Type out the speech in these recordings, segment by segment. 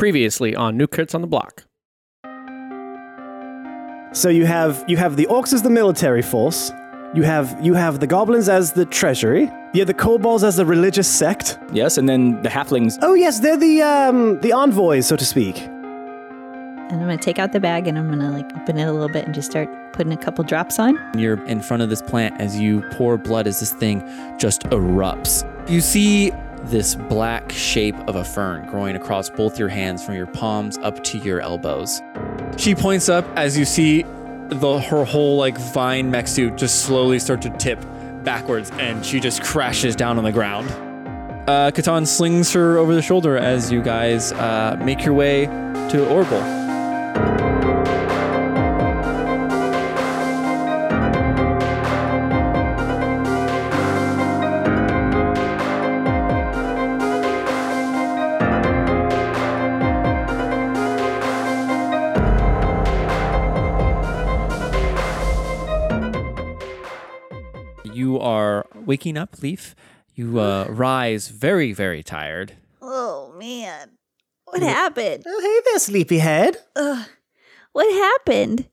Previously on New Kids on the Block. So you have you have the orcs as the military force. You have you have the goblins as the treasury. You have the kobolds as the religious sect. Yes, and then the halflings. Oh yes, they're the um the envoys, so to speak. And I'm gonna take out the bag and I'm gonna like open it a little bit and just start putting a couple drops on. You're in front of this plant as you pour blood as this thing just erupts. You see this black shape of a fern growing across both your hands from your palms up to your elbows. She points up as you see the her whole like vine mech suit just slowly start to tip backwards and she just crashes down on the ground. Uh, Catan slings her over the shoulder as you guys uh, make your way to Orville. You are waking up, Leaf. You uh, rise very, very tired. Oh man. What happened? Oh hey there, sleepyhead. Ugh. What happened?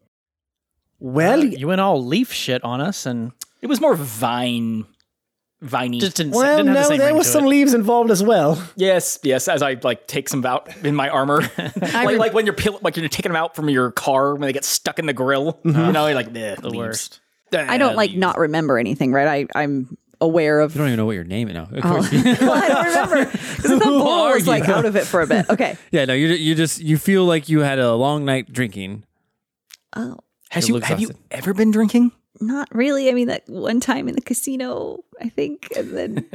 Well, Uh, you went all leaf shit on us and It was more vine, viney. just didn't, well, didn't have the no, same there ring were to some it. leaves involved as well. yes, yes. As I like take some out in my armor, like, re- like when you're peel- like you're taking them out from your car when they get stuck in the grill. You know, you're like the Mm-hmm. the worst. I don't like not remember anything, right? I, I'm aware of You don't even know what your name is now. Of Oh. course you- Well, I don't remember. 'Cause I thought Who Bull are was like you? out of it for a bit. Okay. yeah, no, you you just you feel like you had a long night drinking. Oh, Has It you looks have you awesome. ever been drinking? not really. I mean, that one time in the casino, I think, and then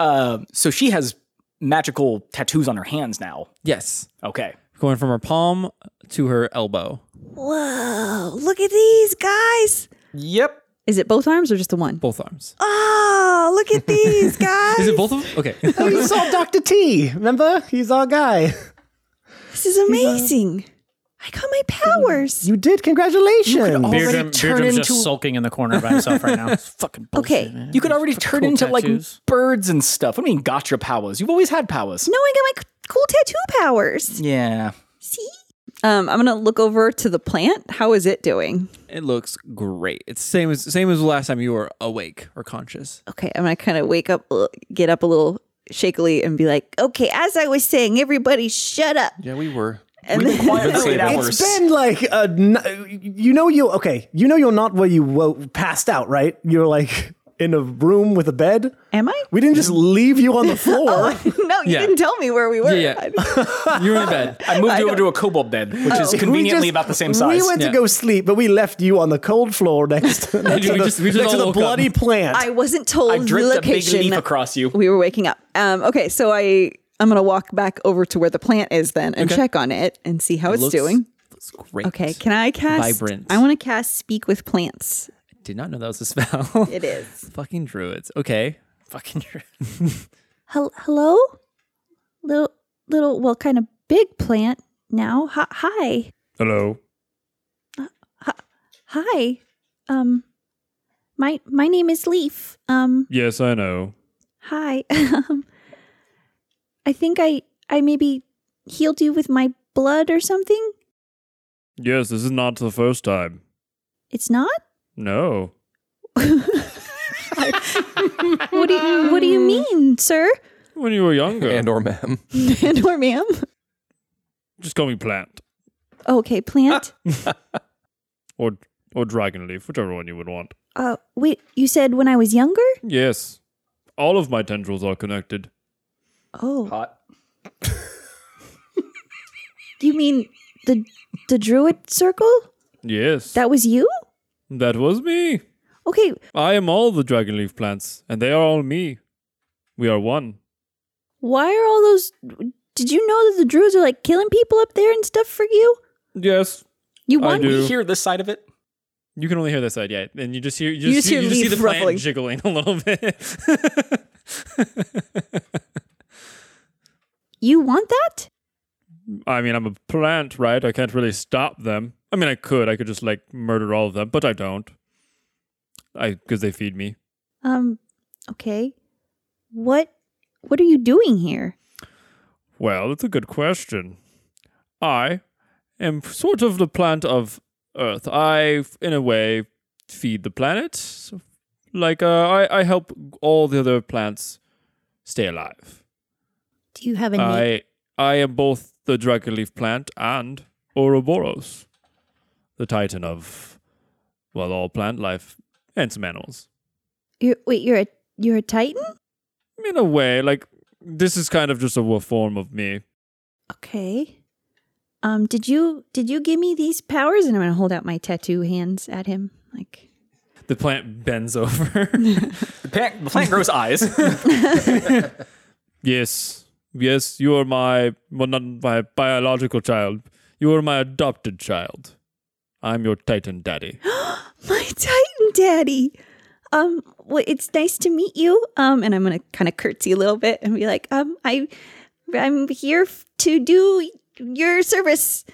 Um, so she has magical tattoos on her hands now. Yes, Okay. going from her palm to her elbow. whoa, look at these guys. Yep. Is it both arms or just the one? Both arms. Oh, look at these guys. Is it both of them? Okay. Oh, you saw Doctor T. Remember, he's our guy. This is amazing. I got my powers. You did. Congratulations. already Beardrum, turn Beardrum's just into- sulking in the corner by himself right now. It's fucking bullshit. Okay. man. You could These already fucking turn cool into tattoos. like birds and stuff. What do you mean got your powers? You've always had powers. No, I got my c- cool tattoo powers. Yeah. See? Um, I'm gonna look over to the plant. How is it doing? it looks great. It's same as same as the last time you were awake or conscious. okay, I'm gonna kind of wake up, uh, get up a little shakily, and be like, okay, as I was saying, everybody shut up. Yeah, we were. And We've been quiet for eight hours. It's been like a, n- you know you okay you know you're not where you wo- passed out right you're like in a room with a bed am I? we didn't just leave you on the floor Oh, no, you Yeah. didn't tell me where we were. Yeah, you were in bed. I moved you over to a kobold bed, which is Oh. We conveniently just- about the same size. we went Yeah. to go sleep but we left you on the cold floor next, next We to the, just- we just next all to the woke up. bloody plant I wasn't told I the dripped a big location. leaf across you. we were waking up. Um, okay, so I I'm gonna walk back over to where the plant is then and check on it and see how oh, it's looks doing. Looks great. Okay, can I cast? Vibrant. I want to cast Speak with Plants. Did not know that was a spell. It is. Fucking druids. Okay. Fucking druid. Hel- Hello, little little well, kind of big plant now. Hi- Hi. Hello. Hi. Um my my name is Leaf. Um Yes, I know. hi. um I think I I maybe healed you with my blood or something. Yes, this is not the first time. It's not? No. What do you, what do you mean, sir? When you were younger. and or ma'am. and or ma'am? just call me plant Okay, plant. Ah. or or dragon leaf, whichever one you would want. uh wait, you said when I was younger? Yes. All of my tendrils are connected. Oh. Hot. You mean the the druid circle? Yes. That was you? that was me. Okay. I am all the dragon leaf plants, and they are all me. We are one. Why are all those did you know that the druids are like killing people up there and stuff for you? Yes. You I want do. You hear this side of it? You can only hear this side yet, and you just hear you just, You just see- hear you just see leaf the plant ruffling. jiggling a little bit. you want that? I mean, I'm a plant, right? I can't really stop them. I mean, I could. I could just like murder all of them, but I don't. I because they feed me. Um, okay. What what are you doing here? Well, it's a good question. I am sort of the plant of Earth. I, in a way, feed the planet. Like, uh, I, I help all the other plants stay alive. Do you have a name? I, I am both the dragon leaf plant and Ouroboros, the titan of, well, all plant life and some animals. You're, wait, you're a you're a titan? In a way, like, this is kind of just a w- form of me. Okay. Um, did you did you give me these powers? And I'm gonna hold out my tattoo hands at him. Like The plant bends over. The plant, the plant grows eyes. yes, yes, you are my, well, not my biological child. You are my adopted child. I'm your titan daddy. my titan daddy. Um, well, it's nice to meet you. Um, and I'm gonna kind of curtsy a little bit and be like, um, I I'm here f- to do your service,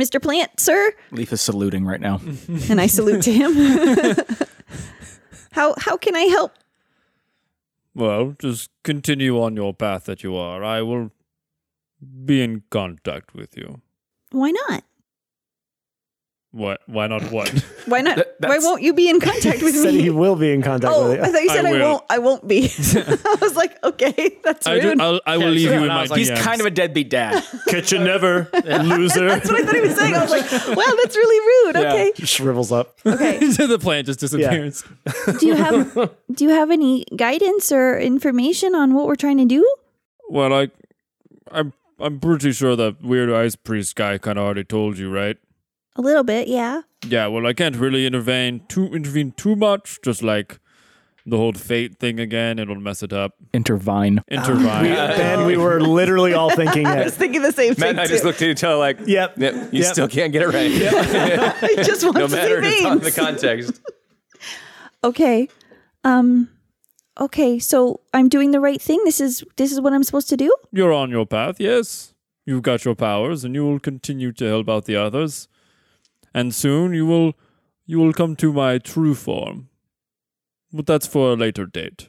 Mr. Plant, sir. Leaf is saluting right now. Mm-hmm. And I salute to him. how how can I help? Well, just continue on your path that you are. I will be in contact with you. Why not? What? Why not what? Why not? That- Why that's- won't you be in contact with Said he me? will be in contact Oh, with I you. thought you said I I, will. won't. I won't be. I was like, okay, that's I, rude. do, I'll, I will leave you in my He's DMs. kind of a deadbeat dad. Catch you never, loser. That's what I thought he was saying. I was like, wow, that's really rude. Yeah. Okay. Shrivels up. Okay. the plant just disappears. Do you have do you have any guidance or information on what we're trying to do? Well, I, I'm, I'm pretty sure that weird eyes priest guy kind of already told you, right? A little bit, yeah. Yeah. Well, I can't really intervene too intervene too much. Just like the whole fate thing again, it'll mess it up. Intervine. Intervene. Ben, we were literally all thinking I it. was thinking the same Matt thing. and I just too. looked at each other like, Yep. "Yep, you Yep. still can't get it right. I just want no to see matter it's on names. the context. okay. Um okay, so I'm doing the right thing. This is this is what I'm supposed to do? You're on your path. Yes, you've got your powers, and you will continue to help out the others. And soon you will, you will come to my true form. But that's for a later date.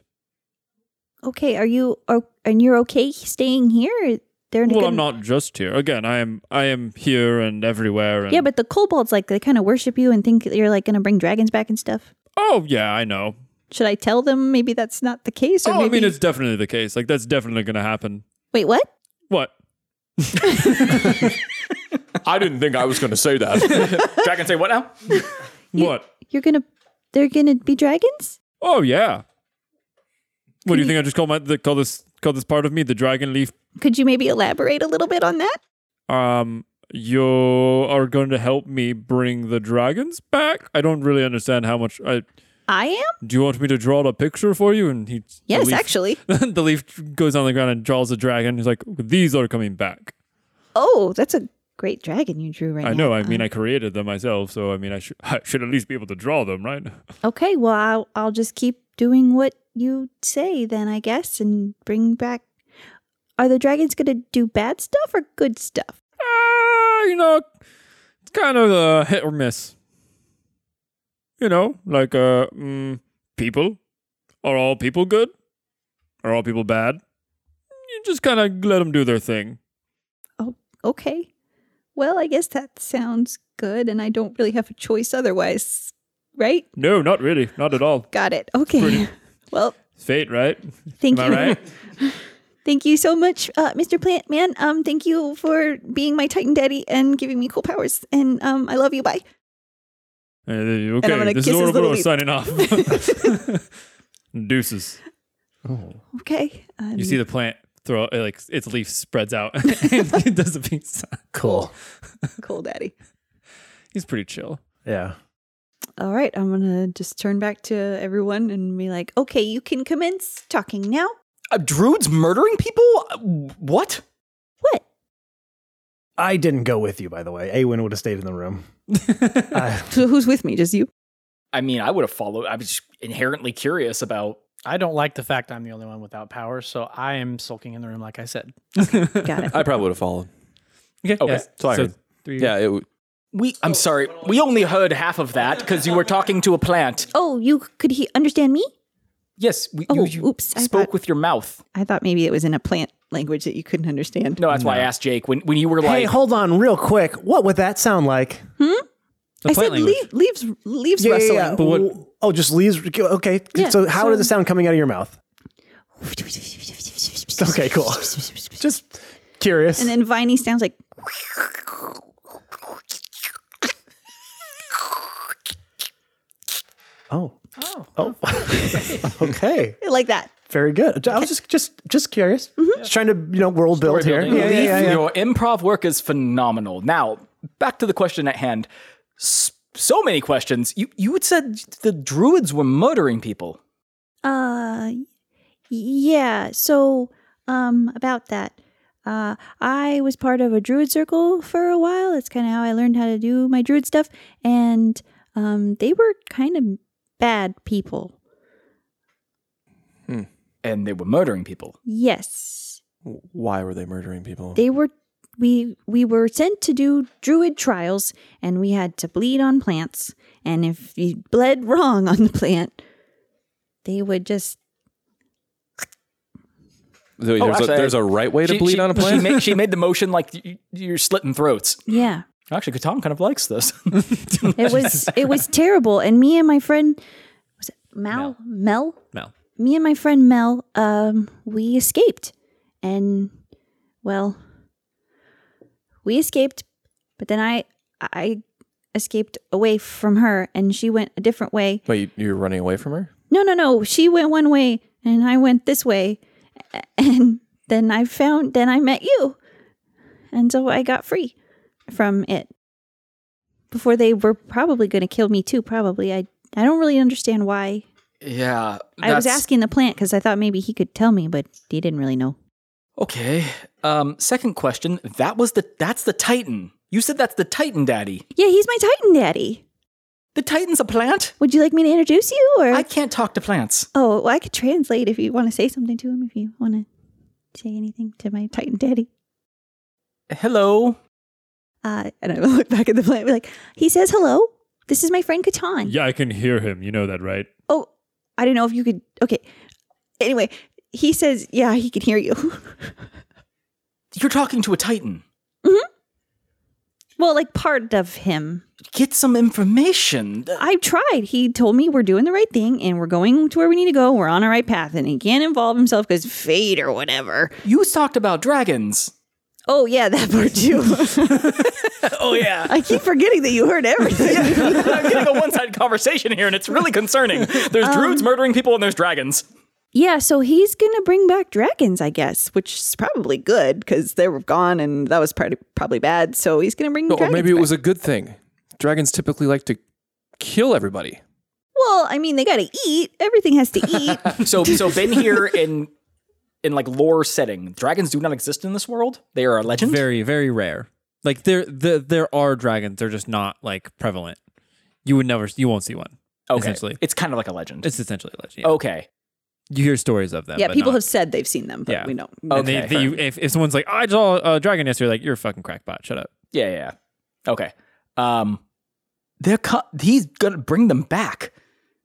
Okay, are you oh, and you're okay staying here? They're Well, gonna- I'm not just here. Again, I am I am here and everywhere. And Yeah, but the kobolds like they kind of worship you and think that you're like going to bring dragons back and stuff. oh yeah, I know. Should I tell them maybe that's not the case? Or Oh, I maybe mean, it's definitely the case. Like that's definitely going to happen. wait, what? What? I didn't think I was going to say that. Dragon say what now? what? You're gonna, they're gonna be dragons? Oh yeah. What do you think? I just call my the, call this call this part of me the dragon leaf. Could you maybe elaborate a little bit on that? Um, you are going to help me bring the dragons back. I don't really understand how much. I I am. do you want me to draw a picture for you? And he the Yes, leaf- actually. the leaf goes on the ground and draws a dragon. He's like, these are coming back. Oh, that's a great dragon you drew right Uh-huh. I now. know. I mean, I created them myself, so I mean, I should I should at least be able to draw them, right? Uh, Okay, well, I'll, I'll just keep doing what you say then, I guess, and bring back. Are the dragons gonna do bad stuff or good stuff? Ah, you know, it's kind of a hit or miss. You know, like uh, mm, people are all people good? Are all people bad? You just kind of let them do their thing. Okay. Well, I guess that sounds good, and I don't really have a choice otherwise, right? No, not really, not at all. Got it. Okay. Pretty- Well, It's fate, right? thank Am you. I right? Thank you so much, uh, Mr. Plant Man. Um, thank you for being my Titan Daddy and giving me cool powers. And um, I love you. Bye. Uh, I'm okay, gonna this is kiss his little Ouroboros leaf. signing off. Deuces. Okay. Um, You see the plant throw uh, like its leaf spreads out and it does a peace sign. Cool. cool daddy. He's pretty chill. Yeah. All right, I'm gonna just turn back to everyone and be like, "Okay, you can commence talking now." Uh, druids murdering people? Uh, What? What? I didn't go with you, by the way. Awen would have stayed in the room. I- So who's with me? Just you? I mean, I would have followed. I was just inherently curious about. I don't like the fact I'm the only one without power, so I am sulking in the room, like I said. Got it. I probably would have followed. Okay. So I heard. three. Yeah, it would. We. I'm sorry. We only heard half of that because you were talking to a plant. Oh, you could he understand me? Yes. We, Oh, you, you oops, I Spoke thought- Oh. with your mouth. I thought maybe it was in a plant language that you couldn't understand. No, that's why I asked Jake when when you were like, hey, hold on, real quick. What would that sound like? Hmm? The I plant said language. leaves, leaves, leaves rustling. But what? Oh, just leaves. Okay. Yeah, so, how so- does it sound coming out of your mouth? Okay, cool. Just curious. And then Viney sounds like oh. Oh. okay. like that. Mm-hmm. Very good. I was just just just curious. Just trying to you know world build here. Leaf, Your improv work is phenomenal. Now, back to the question at hand. S- so many questions. You you had said the druids were murdering people. Uh, yeah. So, um, about that, uh, I was part of a druid circle for a while. That's kind of how I learned how to do my druid stuff, and um, they were kind of bad people. Hmm. And they were murdering people. Yes, Why were they murdering people? Oh. they were. We we were sent to do druid trials, and we had to bleed on plants. And if you bled wrong on the plant, they would just There's, Oh, actually, a, there's a right way to She- bleed she- on a She plant. made, she made the motion like y- you're slitting throats. yeah. Actually, Katam kind of likes this. It was it was terrible. And me and my friend was it Mal Mel? Mel. Me and my friend Mel, um, we escaped. And well we escaped, but then I I escaped away from her and she went a different way. Wait, you- you're running away from her? No no no, she went one way and I went this way. A- And then I found then I met you. And so I got free from it before they were probably going to kill me too probably i i don't really understand why yeah. i was that's- asking the plant because i thought maybe he could tell me but he didn't really know Okay. Um, second question. That was the that's the Titan. You said that's the Titan Daddy. yeah he's my titan daddy The Titan's a plant? would you like me to introduce you or I can't talk to plants. oh well, i could translate if you want to say something to him if you want to say anything to my titan daddy Hello. uh and i look back at the plant and be like he says hello this is my friend Catan. Yeah, I can hear him. You know that, right? oh i don't know if you could okay anyway he says yeah he can hear you You're talking to a Titan. Mm-hmm. well like part of him Get some information. I tried. He told me we're doing the right thing and we're going to where we need to go. We're on our right path, and he can't involve himself because fate or whatever. You talked about dragons. Oh yeah, that part too. Oh yeah. I keep forgetting that you heard everything. I'm getting a one-sided conversation here and it's really concerning. There's druids murdering people and there's dragons. yeah, so he's gonna bring back dragons, I guess, which is probably good because they were gone and that was probably probably bad. So he's gonna bring. Oh, No, or dragons Oh, maybe it back. was a good thing. Dragons typically like to kill everybody. Well, I mean, they gotta eat. Everything has to eat. So so been here in in like lore setting. Dragons do not exist in this world. They are a legend. Very, very rare. Like there, the, there are dragons. They're just not like prevalent. You would never, you won't see one. okay. essentially. It's kind of like a legend. It's essentially a legend. yeah. okay. you hear stories of them. yeah, but people not- have said they've seen them, but Yeah. we don't. And they- Okay, they- fair. you- if, if someone's like, I saw a dragon yesterday, like you're a fucking crackpot. Shut up. Yeah, yeah. yeah. Okay. Um they're co- he's going to bring them back.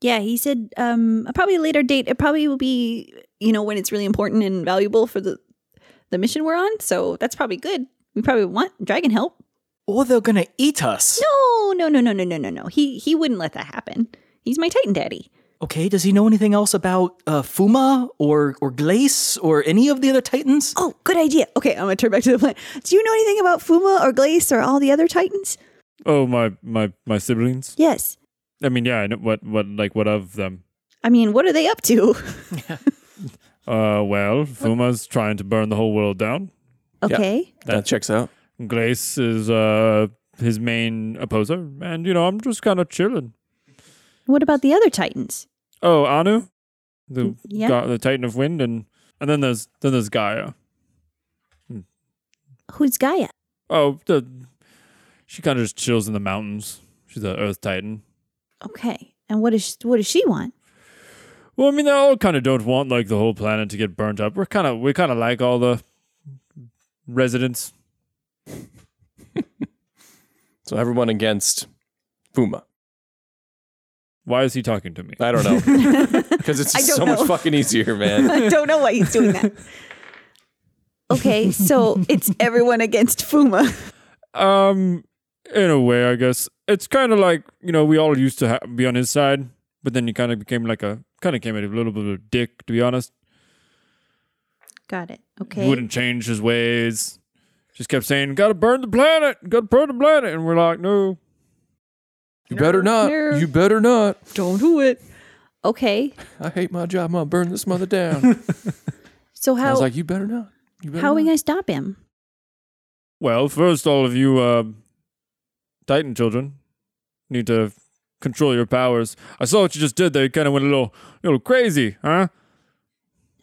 Yeah, he said um probably a later date. It probably will be, you know, when it's really important and valuable for the the mission we're on. So that's probably good. We probably want dragon help. Or they're going to eat us. No, no, no, no, no, no, no, no. He he wouldn't let that happen. He's my Titan daddy. Okay, does he know anything else about uh, Fuma or or Glace or any of the other Titans? Oh, good idea. Okay, I'm gonna turn back to the plan. Do you know anything about Fuma or Glace or all the other Titans? Oh, my my my siblings. Yes. I mean, yeah, I know what what like what of them. I mean, what are they up to? Uh, well, Fuma's trying to burn the whole world down. Okay. That, checks out. Glace is uh his main opposer, and you know I'm just kind of chilling. What about the other Titans? Oh, Anu, the Yeah. go- the Titan of Wind, and and then there's then there's Gaia. Who's Gaia? Oh, the, she kind of just chills in the mountains. She's an Earth Titan. Okay. And what is what does she want? Well, I mean, they all kind of don't want like the whole planet to get burnt up. We're kind of we kind of like all the residents. So everyone against Fuma. Why is he talking to me? I don't know. Because it's I just don't so know. much fucking easier, man. I don't know why he's doing that. Okay, so it's everyone against Fuma. Um, in a way, I guess it's kind of like you know we all used to ha- be on his side, but then he kind of became like a kind of came a little bit of a dick, to be honest. Got it. Okay. Wouldn't change his ways. Just kept saying, "Gotta burn the planet, gotta burn the planet," and we're like, "No." You better not. no. You better not. Don't do it. Okay. I hate my job. I'm gonna burn this mother down. And So I how was like, you better not. You better how are we not. gonna stop him? Well, first, all of you uh, Titan children need to control your powers. I saw what you just did there. You kind of went a little, little crazy, huh?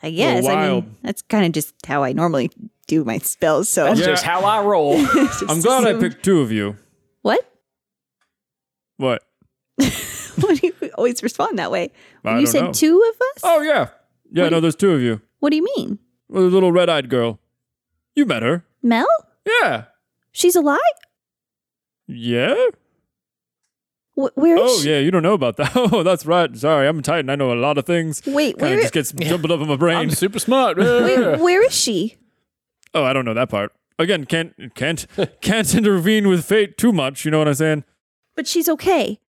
I guess. I mean, wild. that's kind of just how I normally do my spells. So That's Yeah. just how I roll. Just I'm glad I assume- picked two of you. What? What? Why do you always respond that way? I you don't said know. two of us. Oh yeah, yeah. What do no, you- there's two of you. What do you mean, Well, the little red-eyed girl. You met her. Mel? Yeah. She's alive. Yeah. Wh- where is Oh she? yeah. You don't know about that. Oh, that's right. Sorry, I'm a Titan. I know a lot of things. Wait, Kind where? of just gets jumbled up in my brain. I'm super smart. wait, where is she? Oh, I don't know that part. Again, can't can't can't intervene with fate too much. You know what I'm saying? But she's okay.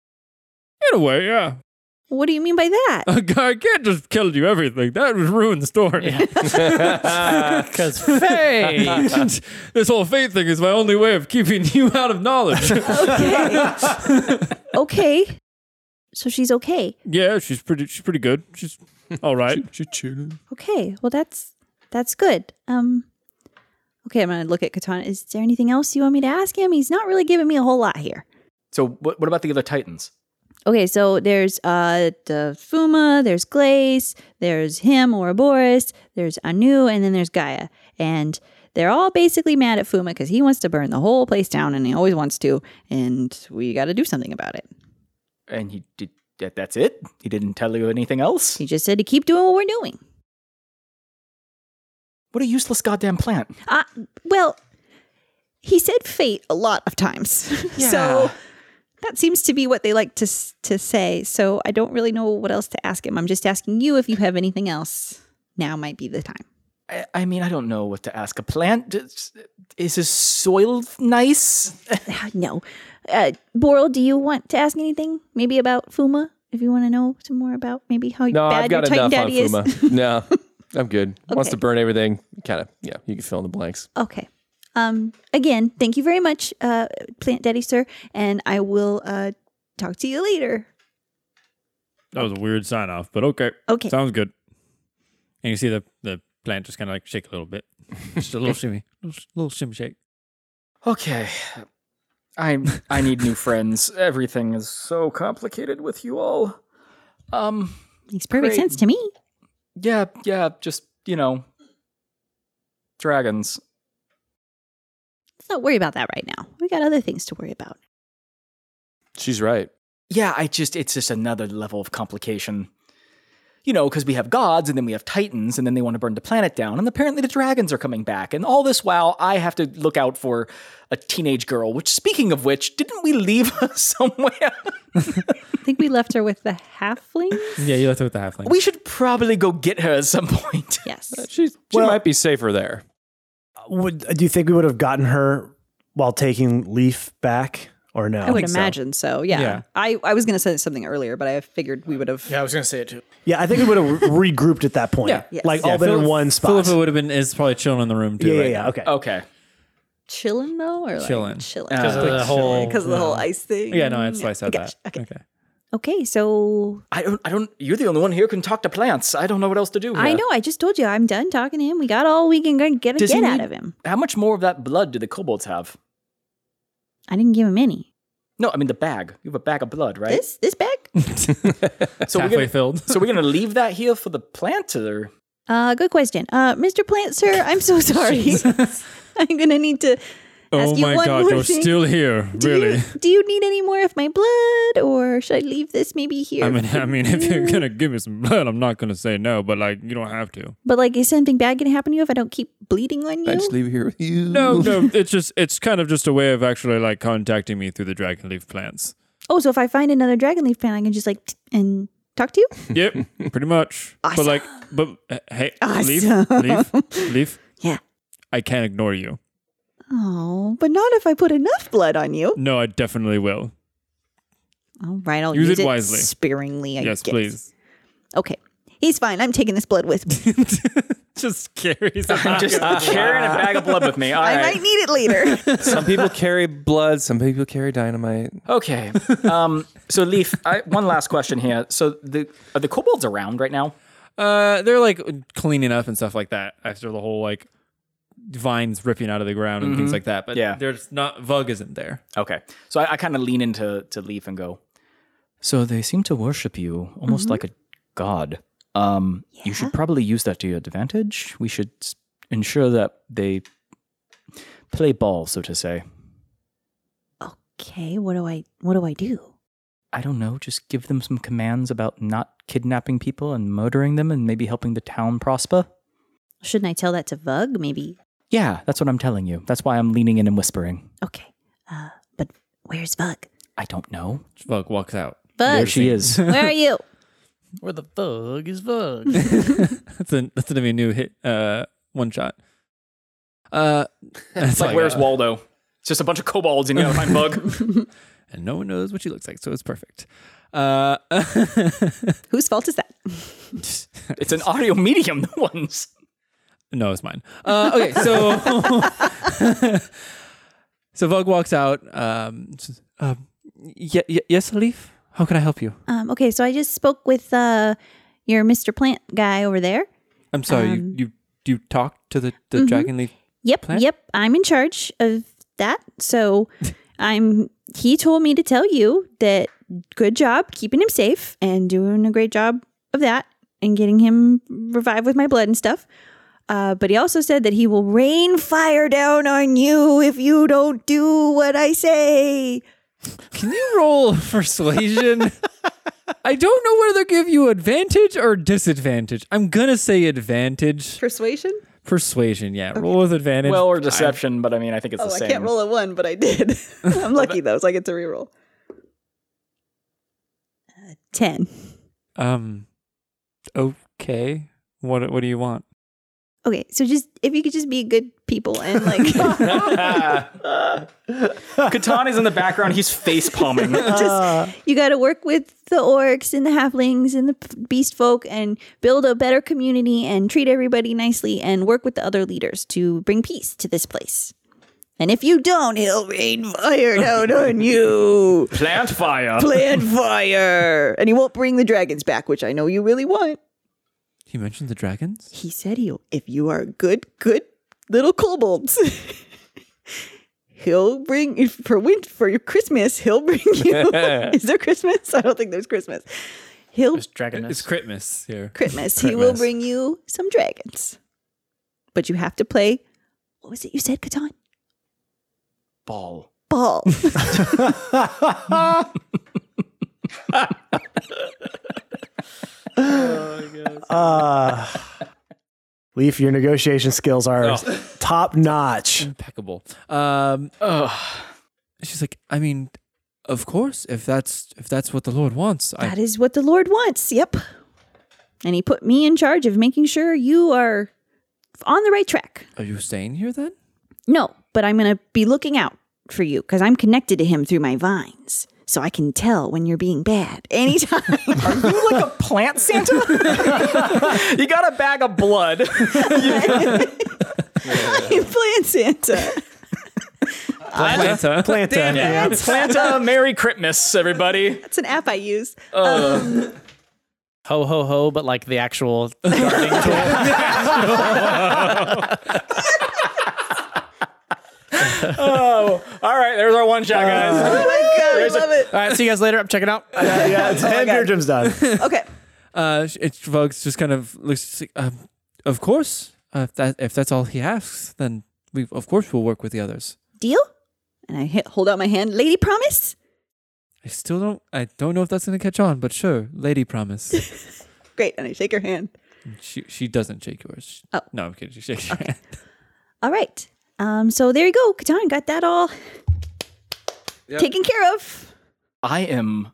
In a way, yeah. What do you mean by that? A guy can't just kill you everything. That would ruin the story. Because Faye. this whole fate thing is my only way of keeping you out of knowledge. okay. So she's okay. yeah, she's pretty. She's pretty good. She's all right. She chewed. Okay. Well, that's that's good. Um. Okay, I'm gonna look at Katana. Is there anything else you want me to ask him? He's not really giving me a whole lot here. So what, what about the other Titans? Okay, so there's uh the Fuma, there's Glaze, there's him or Boris, there's Anu, and then there's Gaia. And they're all basically mad at Fuma because he wants to burn the whole place down and he always wants to, and we gotta do something about it. And he did. that- That's it. He didn't tell you anything else. He just said to keep doing what we're doing. What a useless goddamn plant. Uh, well, he said fate a lot of times. so that seems to be what they like to s- to say. So I don't really know what else to ask him. I'm just asking you if you have anything else. Now might be the time. I, I mean, I don't know what to ask a plant. Is- Is his soil nice? no. Uh, Boral, do you want to ask anything? Maybe about Fuma? If you want to know some more about maybe how No, bad I've got your Titan enough on Daddy is. Fuma. no, I'm good. Wants Okay. to burn everything. Kind of. Yeah, you can fill in the blanks. Okay. Um, again, thank you very much, uh, Plant Daddy, sir. And I will uh, talk to you later. That was a weird sign off, but okay. Okay. Sounds good. And you see the, the plant just kind of like shake a little bit. Just a little shimmy. Little, little shimmy shake. Okay. I I need new friends. Everything is so complicated with you all. Um Makes perfect Great. sense to me. yeah, yeah, just, you know, dragons. Let's not worry about that right now. We got other things to worry about. She's right. Yeah, I just it's just another level of complication. You know, because we have gods and then we have titans and then they want to burn the planet down and apparently the dragons are coming back and all this while I have to look out for a teenage girl. Which, speaking of which, didn't we leave her somewhere? I think we left her with the halflings. yeah, you left it with the halfling. we should probably go get her at some point. Yes. She's, she Well- might be safer there. Would, do you think we would have gotten her while taking Leaf back, or no? I would imagine so. Yeah. I, I was going to say something earlier, but I figured we would have. Yeah, I was gonna say it too. Yeah, I think we would have re- regrouped at that point. Yeah. Yes. Like all been in one spot. Philippa would have been is probably chilling in the room too. yeah, yeah, right yeah. now. Okay. Okay. chilling though, or Chilling. like chilling Uh, Because of the whole because of the whole ice thing. Yeah, no, that's why I said Gotcha. that. Okay. Okay. Okay, so I don't. I don't. You're the only one here who can talk to plants. I don't know what else to do. I here. know. I just told you I'm done talking to him. We got all we can get get Does he out need- of him. How much more of that blood do the kobolds have? I didn't give him any. No, I mean the bag. You have a bag of blood, right? This this bag? So so we're halfway gonna, filled. so we're gonna leave that here for the plant or Uh, good question. Uh, Mr. Plant, sir, I'm so sorry. I'm gonna need to. Ask Oh you my one god, more you're thing. still here. Do really? You, do you need any more of my blood, or should I leave this maybe here? I mean, for I mean, if you're you? gonna give me some blood, I'm not gonna say no. But like, you don't have to. But like, is something bad gonna happen to you if I don't keep bleeding on I you? just leave it here with you. No, no. It's just, it's kind of just a way of actually like contacting me through the dragon leaf plants. Oh, so if I find another dragon leaf plant, I can just like t- and talk to you. Yep, pretty much. But like, but uh, hey, leaf, Awesome. leaf, leaf. Yeah. I can't ignore you. Oh, but not if I put enough blood on you. No, I definitely will. All right, I'll Use use, it it, wisely. sparingly. I yes, guess. please. Okay, he's fine. I'm taking this blood with me. Just carries. a- I'm just carrying a bag of blood with me. All I might right. need it later. Some people carry blood. Some people carry dynamite. Okay. Um, so, Leaf, I, one last question here. So, the are the kobolds around right now? Uh, they're like cleaning up and stuff like that after the whole like vines ripping out of the ground and things like that. But Mm-hmm. Yeah. there's not Vug isn't there. Okay. So I, I kind of lean into to Leaf and go. So they seem to worship you almost Mm-hmm. like a god. Um, You should probably use that to your advantage. We should s- ensure that they play ball, so to say. okay, what do I? What do I do? I don't know. Just give them some commands about not kidnapping people and murdering them, and maybe helping the town prosper. Shouldn't I tell that to Vug? Maybe. Yeah, that's what I'm telling you. That's why I'm leaning in and whispering. Okay, uh, but where's Vug? I don't know. Vug walks out. There Vug, she is. where are you? Where the bug is bug? That's a that's gonna be a new hit. Uh, one shot. Uh, it's Waldo? It's just a bunch of kobolds, and you gotta find Bug. and no one knows what she looks like, so it's perfect. Uh, Whose fault is that? It's an audio medium, no one's. no, it's mine. Uh, okay, so so Vogue walks out. Um, s- um, y- y- yes, Leaf. How can I help you? Um, okay, so I just spoke with uh, your Mr. Plant guy over there. I'm sorry. Um, you you you talked to the the mhm. dragon leaf. Yep, Plant? yep, I'm in charge of that. So I'm. He told me to tell you that good job keeping him safe and doing a great job of that and getting him revived with my blood and stuff. Uh, but he also said that he will rain fire down on you if you don't do what I say. Can you roll persuasion? I don't know whether to give you advantage or disadvantage. I'm gonna say advantage. Persuasion? Persuasion, yeah. Roll with advantage. Well, or deception, but I mean, I think it's the same. a one, but Oh, I did. I'm lucky though, so I get to reroll. Uh, Ten. Um. Okay. What What do you want? Okay, so just if you could just be good people and like just Catan is in the background. He's face palming. Ah. you got to work with the orcs and the halflings and the p- beast folk and build a better community and treat everybody nicely and work with the other leaders to bring peace to this place. And if you don't, he'll rain fire down on you. Plant fire. Plant fire. And he won't bring the dragons back, which I know you really want. He mentioned the dragons. He said he'll if you are good, good little kobolds. He'll bring if for win for your Christmas. He'll bring you. Is there Christmas? I don't think there's Christmas. He'll There's dragon. It's Christmas here. Christmas. He will Christmas. bring you some dragons, but you have to play. What was it you said, Catan? Ball. Ball. Ah. Leaf, your negotiation skills are top notch. Impeccable. Um. Ugh. She's like, I mean, of course, if that's if that's what the Lord wants, I that is what the Lord wants. Yep. And he put me in charge of making sure you are on the right track. are you staying here then? No, but I'm going to be looking out for you because I'm connected to him through my vines. So I can tell when you're being bad anytime. Are you like a plant Santa? you got a bag of blood. I'm playing Santa. Planta. Planta. Planta, Merry Christmas, everybody. That's an app I use. Uh. Um, Ho ho ho! But like the actual gardening tool. Oh, all right. There's our one shot, guys. Oh my God, I love it. All right, see you guys later. I'm checking out. yeah, it's, and your gym's done. Oh Okay. Uh, sh- it's Vogue's just kind of looks. she's like, um, of course, uh, if that if that's all he asks, then we of course we'll work with the others. Deal? And I hit, hold out my hand. Lady promise? I still don't. I don't know if that's gonna catch on, but sure, lady promise. Great. And I shake her hand. she she doesn't shake yours. Oh. no, I'm kidding. She shakes your hand. All right. Um, so there you go. Catan got that all taken care of. I am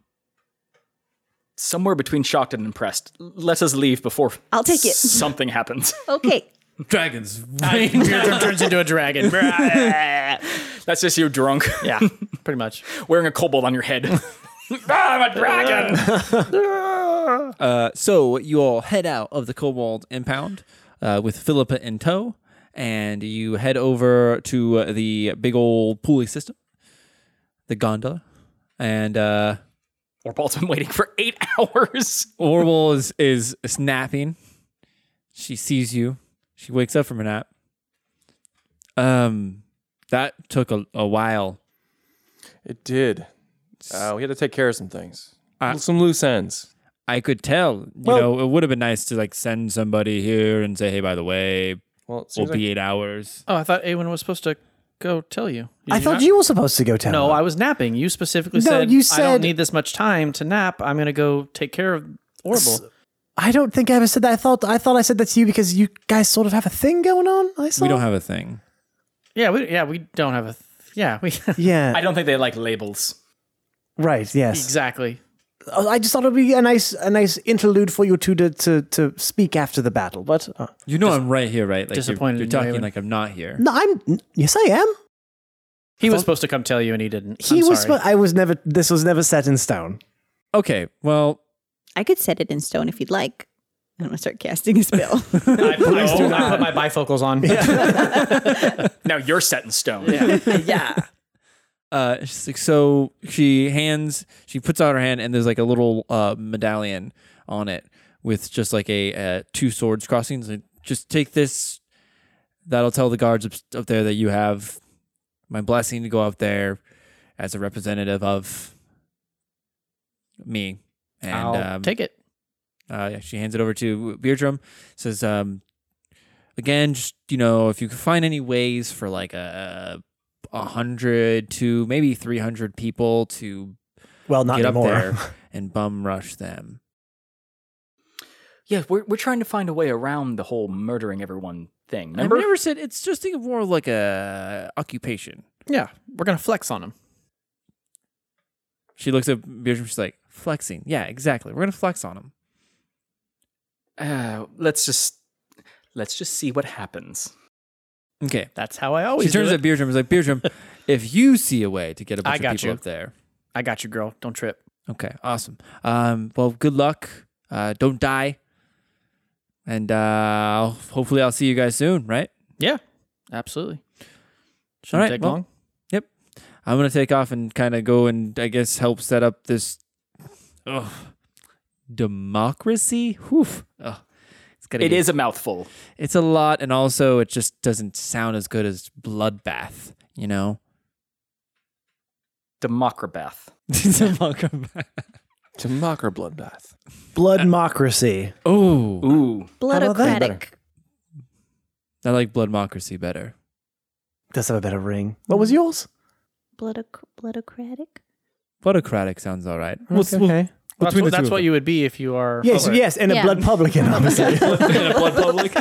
somewhere between shocked and impressed. Let us leave before I'll take it. something happens. Okay. Dragons. Beardrum turns into a dragon. That's just you drunk, yeah, pretty much. wearing a kobold on your head. Ah, I'm a dragon. Uh, so you all head out of the Cobalt impound uh, with Philippa in tow, and you head over to uh, the big old pulley system, the gondola, and uh, Orbalt's been waiting for eight hours. Orwell is is snapping. She sees you. She wakes up from a nap. Um, that took a, a while. It did. Uh, we had to take care of some things, some loose ends. I could tell. You know, it would have been nice to like send somebody here and say, "Hey, by the way, Well, it we'll seems like- be eight hours." Oh, I thought Awen was supposed to go tell you. Did I thought not? you were supposed to go tell No, her. I was napping. You specifically No, said, you I said- don't need this much time to nap. I'm going to go take care of Orville. I don't think I ever said that. I thought I thought I said that to you because you guys sort of have a thing going on. I saw. We don't have a thing. Yeah, we yeah, we don't have a th- yeah, we Yeah. I don't think they like labels. right. Yes. exactly. Oh, I just thought it'd be a nice a nice interlude for you two to to, to speak after the battle. But uh, You know I'm right here, right? Like you're- disappointed You're, in you, talking Eamon. like I'm not here. no, I'm n- yes, I am. He was supposed to come tell you and he didn't. He I'm was. sorry. spo- I was never. This was never set in stone. Okay, well, I could set it in stone if you'd like. I'm gonna start casting a spell. I, I- Oh, I put my bifocals on. now you're set in stone. yeah. uh, she's like, so she hands, she puts out her hand, and there's like a little uh, medallion on it with just like a uh, two swords crossing. Like, just take this. That'll tell the guards up, up there that you have my blessing to go up there as a representative of me. And I'll um, take it. Uh, yeah, she hands it over to Beardrum. Says, um, again, just you know, if you could find any ways for like a, a hundred to maybe three hundred people to Well, not get anymore. up there and bum rush them. Yeah, we're, we're trying to find a way around the whole murdering everyone thing. Remember? I never said it's just think of more of like a occupation. Yeah, we're going to flex on him. She looks at Beardrum. She's like flexing. Yeah, exactly. We're gonna flex on them. Uh, let's just let's just see what happens. Okay. That's how I She always turns do at it. Beardrum. Is like Beardrum, if you see a way to get a bunch I of got people you. up there, I got you, girl. Don't trip. Okay, awesome. Um, well, good luck. Uh, don't die. And uh, I'll, hopefully, I'll see you guys soon, right? Yeah. Absolutely. Shouldn't All right, take well- long. Yep. I'm going to take off and kind of go and, I guess, help set up this ugh, democracy. Whew. Ugh. It's gonna It be- is a mouthful. It's a lot, and also it just doesn't sound as good as bloodbath, you know? Democrabath. Democrabath. To mock our bloodbath. Bloodmocracy. Oh, Ooh. that? Bloodocratic. I like bloodmocracy better. Does have a better ring. What was yours? Bloodic- bloodocratic. Bloodocratic sounds all right. okay. That's, Between the what, two that's of what them. you would be if you are. Yes, Okay. yes, and a Yeah. blood publican, obviously. blood public.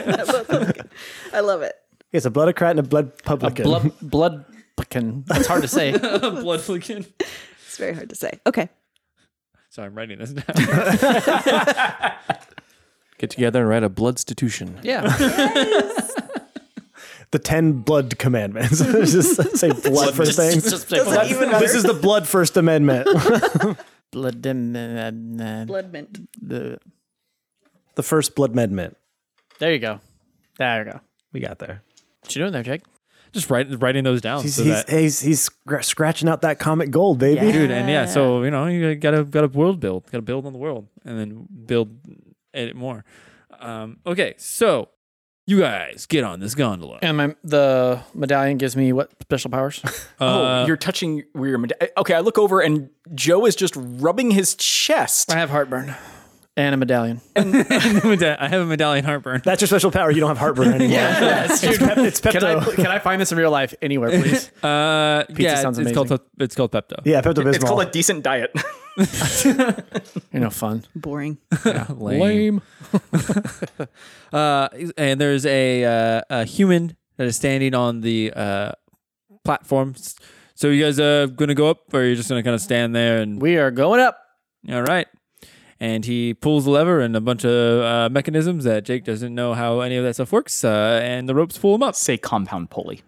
I love it. yes, a bloodocrat and a blood A publican. blood blood pumpkin. That's hard to say. bloodflicking. It's very hard to say. Okay. Sorry, I'm writing this down. Get together and write a bloodstitution. yeah. the ten blood commandments. Just say blood first thing. Just say blood. this is the blood first amendment. Blood. um, uh, Blood mint. the- the first blood amendment. There you go. There you go. We got there. What you doing there, Jake? Just write, writing those Oh, down. He's so he's, that, he's, he's scr- scratching out that comic gold, baby. dude, and yeah, so you know, you gotta gotta world build, gotta build on the world, and then build edit more. Um, okay, so you guys get on this gondola. And my the medallion gives me what special powers? uh, oh, you're touching weird. meda- Okay, I look over and Joe is just rubbing his chest. I have heartburn and a medallion. I have a medallion heartburn. That's your special power. You don't have heartburn anymore. That's true. It's Pepto. Can I can I find this in real life anywhere, please? Uh, yeah, sounds it's called it's called Pepto. yeah, Pepto It's called Bismol. a decent diet. you know, fun. Boring. Lame. uh, and there's a, uh, a human that is standing on the uh, platform. So you guys uh, gonna go up, or you're just gonna kind of stand there and We are going up. All right. and he pulls the lever and a bunch of uh, mechanisms that Jake doesn't know how any of that stuff works, uh, and the ropes pull him up. Say compound pulley.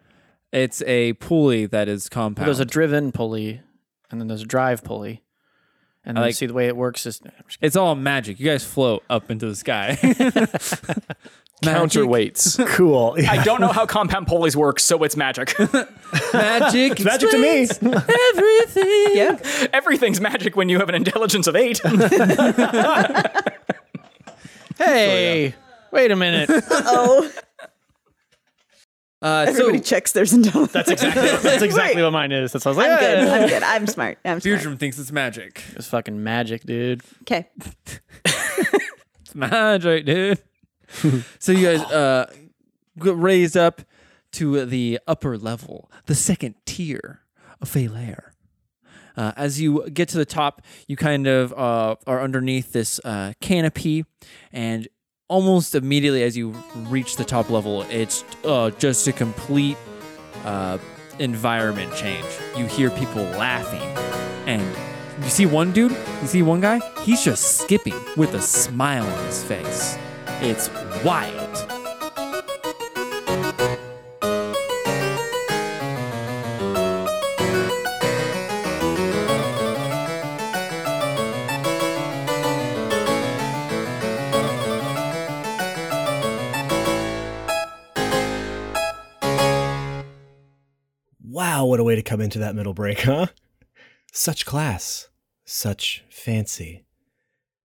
It's a pulley that is compound. There's a driven pulley, and then there's a drive pulley, and then you like- see the way it works is. it's all magic. You guys float up into the sky. Counterweights. Cool. I don't know how compound pulleys work, so it's magic. magic. Magic to me. Everything. Yeah. Everything's magic when you have an intelligence of eight. Hey, wait a minute. Oh, Uh, so everybody checks theirs and don't. That's That's exactly what mine is. That's what I was like. I'm "Yeah, good. I'm good. I'm smart. I'm smart. Futurum thinks it's magic. It's fucking magic, dude. Okay. It's magic, dude. so you guys uh, get raised up to the upper level, the second tier of Falair. Uh, as you get to the top, you kind of uh, are underneath this uh, canopy, and almost immediately as you reach the top level, it's uh, just a complete uh, environment change. You hear people laughing, and you see one dude, you see one guy, he's just skipping with a smile on his face. It's wild. Wow, what a way to come into that middle break, huh? Such class, such fancy.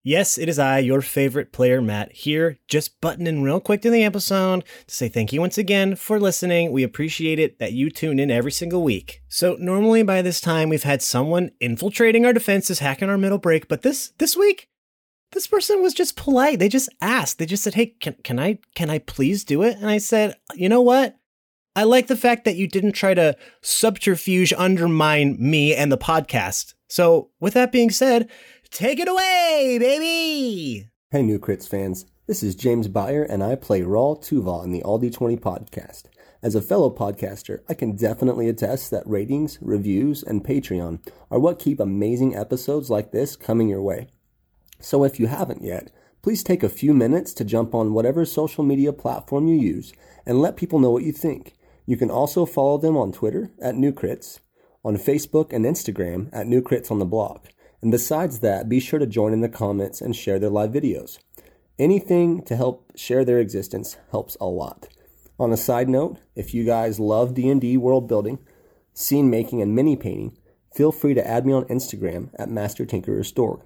Yes, it is I, your favorite player, Matt, here, just butting in real quick to the episode to say thank you once again for listening. We appreciate it that you tune in every single week. So normally by this time we've had someone infiltrating our defenses, hacking our middle break, but this this week, this person was just polite. They just asked. They just said, "Hey, can can I can I please do it?" And I said, "You know what? I like the fact that you didn't try to subterfuge undermine me and the podcast. So, with that being said, take it away, baby. Hey, New Crits fans. This is James Byer, and I play Raw Tuval in the All D20 podcast. As a fellow podcaster, I can definitely attest that ratings, reviews, and Patreon are what keep amazing episodes like this coming your way. So if you haven't yet, please take a few minutes to jump on whatever social media platform you use and let people know what you think. You can also follow them on Twitter at NewCrits, on Facebook and Instagram at NewCrits on the blog. And besides that, be sure to join in the comments and share their live videos. Anything to help share their existence helps a lot. On a side note, if you guys love D&D world building, scene making and mini painting, feel free to add me on Instagram at Master Tinkerer Store.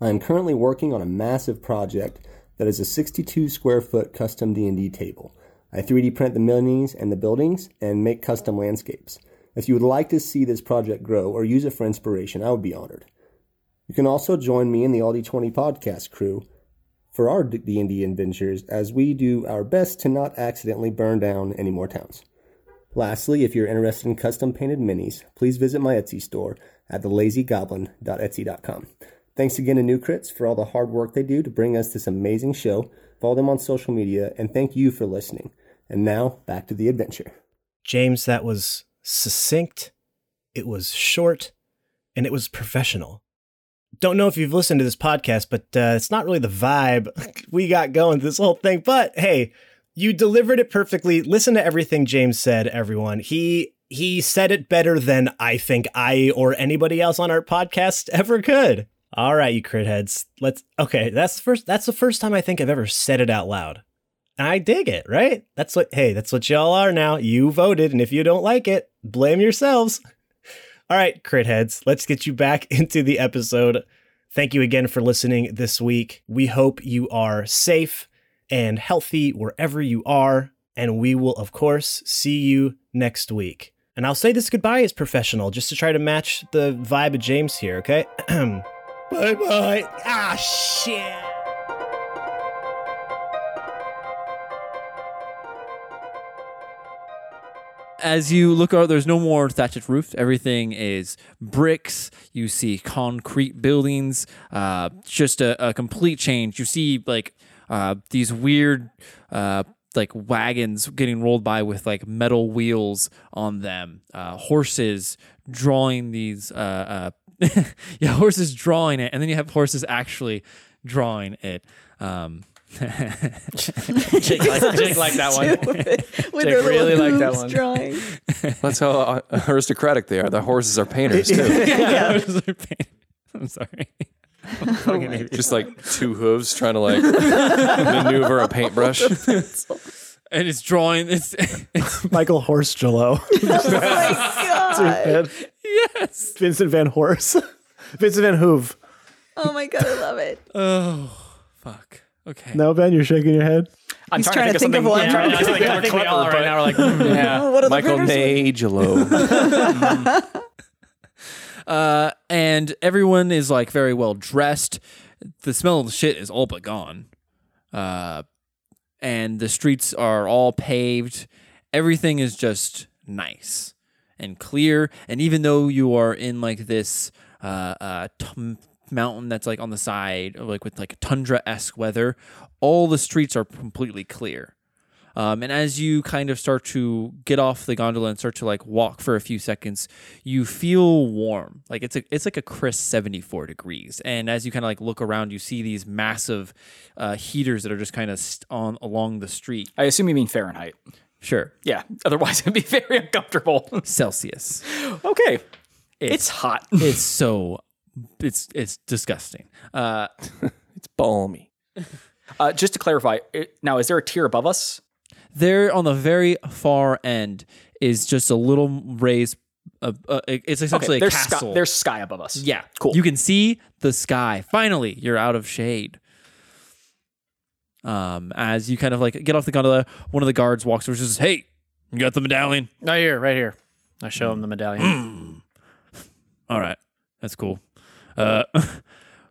I am currently working on a massive project that is a 62 square foot custom D&D table. I 3D print the minis and the buildings and make custom landscapes. If you would like to see this project grow or use it for inspiration, I would be honored. You can also join me in the Aldi 20 podcast crew for our D&D adventures as we do our best to not accidentally burn down any more towns. Lastly, if you're interested in custom painted minis, please visit my Etsy store at thelazygoblin.etsy.com. Thanks again to New Crits for all the hard work they do to bring us this amazing show. Follow them on social media, and thank you for listening. And now, back to the adventure. James, that was succinct, it was short, and it was professional. Don't know if you've listened to this podcast, but uh, it's not really the vibe we got going this whole thing. But hey, you delivered it perfectly. Listen to everything James said, everyone. He he said it better than I think I or anybody else on our podcast ever could. All right, you crit heads. Let's okay. That's the first. That's the first time I think I've ever said it out loud. And I dig it, right? That's what, hey, that's what y'all are now. You voted, and if you don't like it, blame yourselves. All right, crit heads, let's get you back into the episode. Thank you again for listening this week. We hope you are safe and healthy wherever you are, and we will, of course, see you next week. And I'll say this goodbye is professional just to try to match the vibe of James here, okay? bye bye. Ah, shit. as you look out, there's no more thatched roof. Everything is bricks. You see concrete buildings. Uh, just a, a complete change. You see like uh, these weird uh, like wagons getting rolled by with like metal wheels on them. Uh, horses drawing these uh, uh, yeah, horses drawing it, and then you have horses actually drawing it. Um, Jake, liked, Jake liked that one. With Jake their little really liked that hooves one. Drawing. That's how uh, aristocratic they are. The horses are painters too. yeah. I'm sorry. Just like two hooves trying to like maneuver a paintbrush. And it's drawing. It's Michael Horst Jalo. Oh yes. Vincent Van Horse. Vincent Van Hoove. Oh my god, I love it. oh fuck. Okay. No, Ben, you're shaking your head. I'm He's trying to think of one. I'm trying to think of I think we all are right now are like, mm, yeah. Mm-hmm. Oh, What are the Michael critters? Nagelo. Uh, and everyone is like very well dressed. The smell of the shit is all but gone. Uh, and the streets are all paved. Everything is just nice and clear. And even though you are in like this uh, uh, t- mountain that's like on the side, like with like tundra esque weather, all the streets are completely clear. Um, and as you kind of start to get off the gondola and start to like walk for a few seconds, you feel warm. Like it's a it's like a crisp seventy four degrees. And as you kind of like look around, you see these massive uh, heaters that are just kind of st- on along the street. I assume you mean Fahrenheit. Sure, Yeah. Otherwise, it'd be very uncomfortable. Celsius. okay. It's, hot. It's so it's it's disgusting. Uh, it's balmy. Uh, just to clarify, it, now is there a tier above us? there on the very far end is just a little raised. Uh, uh, it's essentially a there's castle. sky, there's sky above us. Yeah, cool. You can see the sky. Finally, you're out of shade. Um, as you kind of like get off the gondola, one of the guards walks over and says, "Hey, you got the medallion? Right here, right here. I show him the medallion. All right, that's cool. Uh,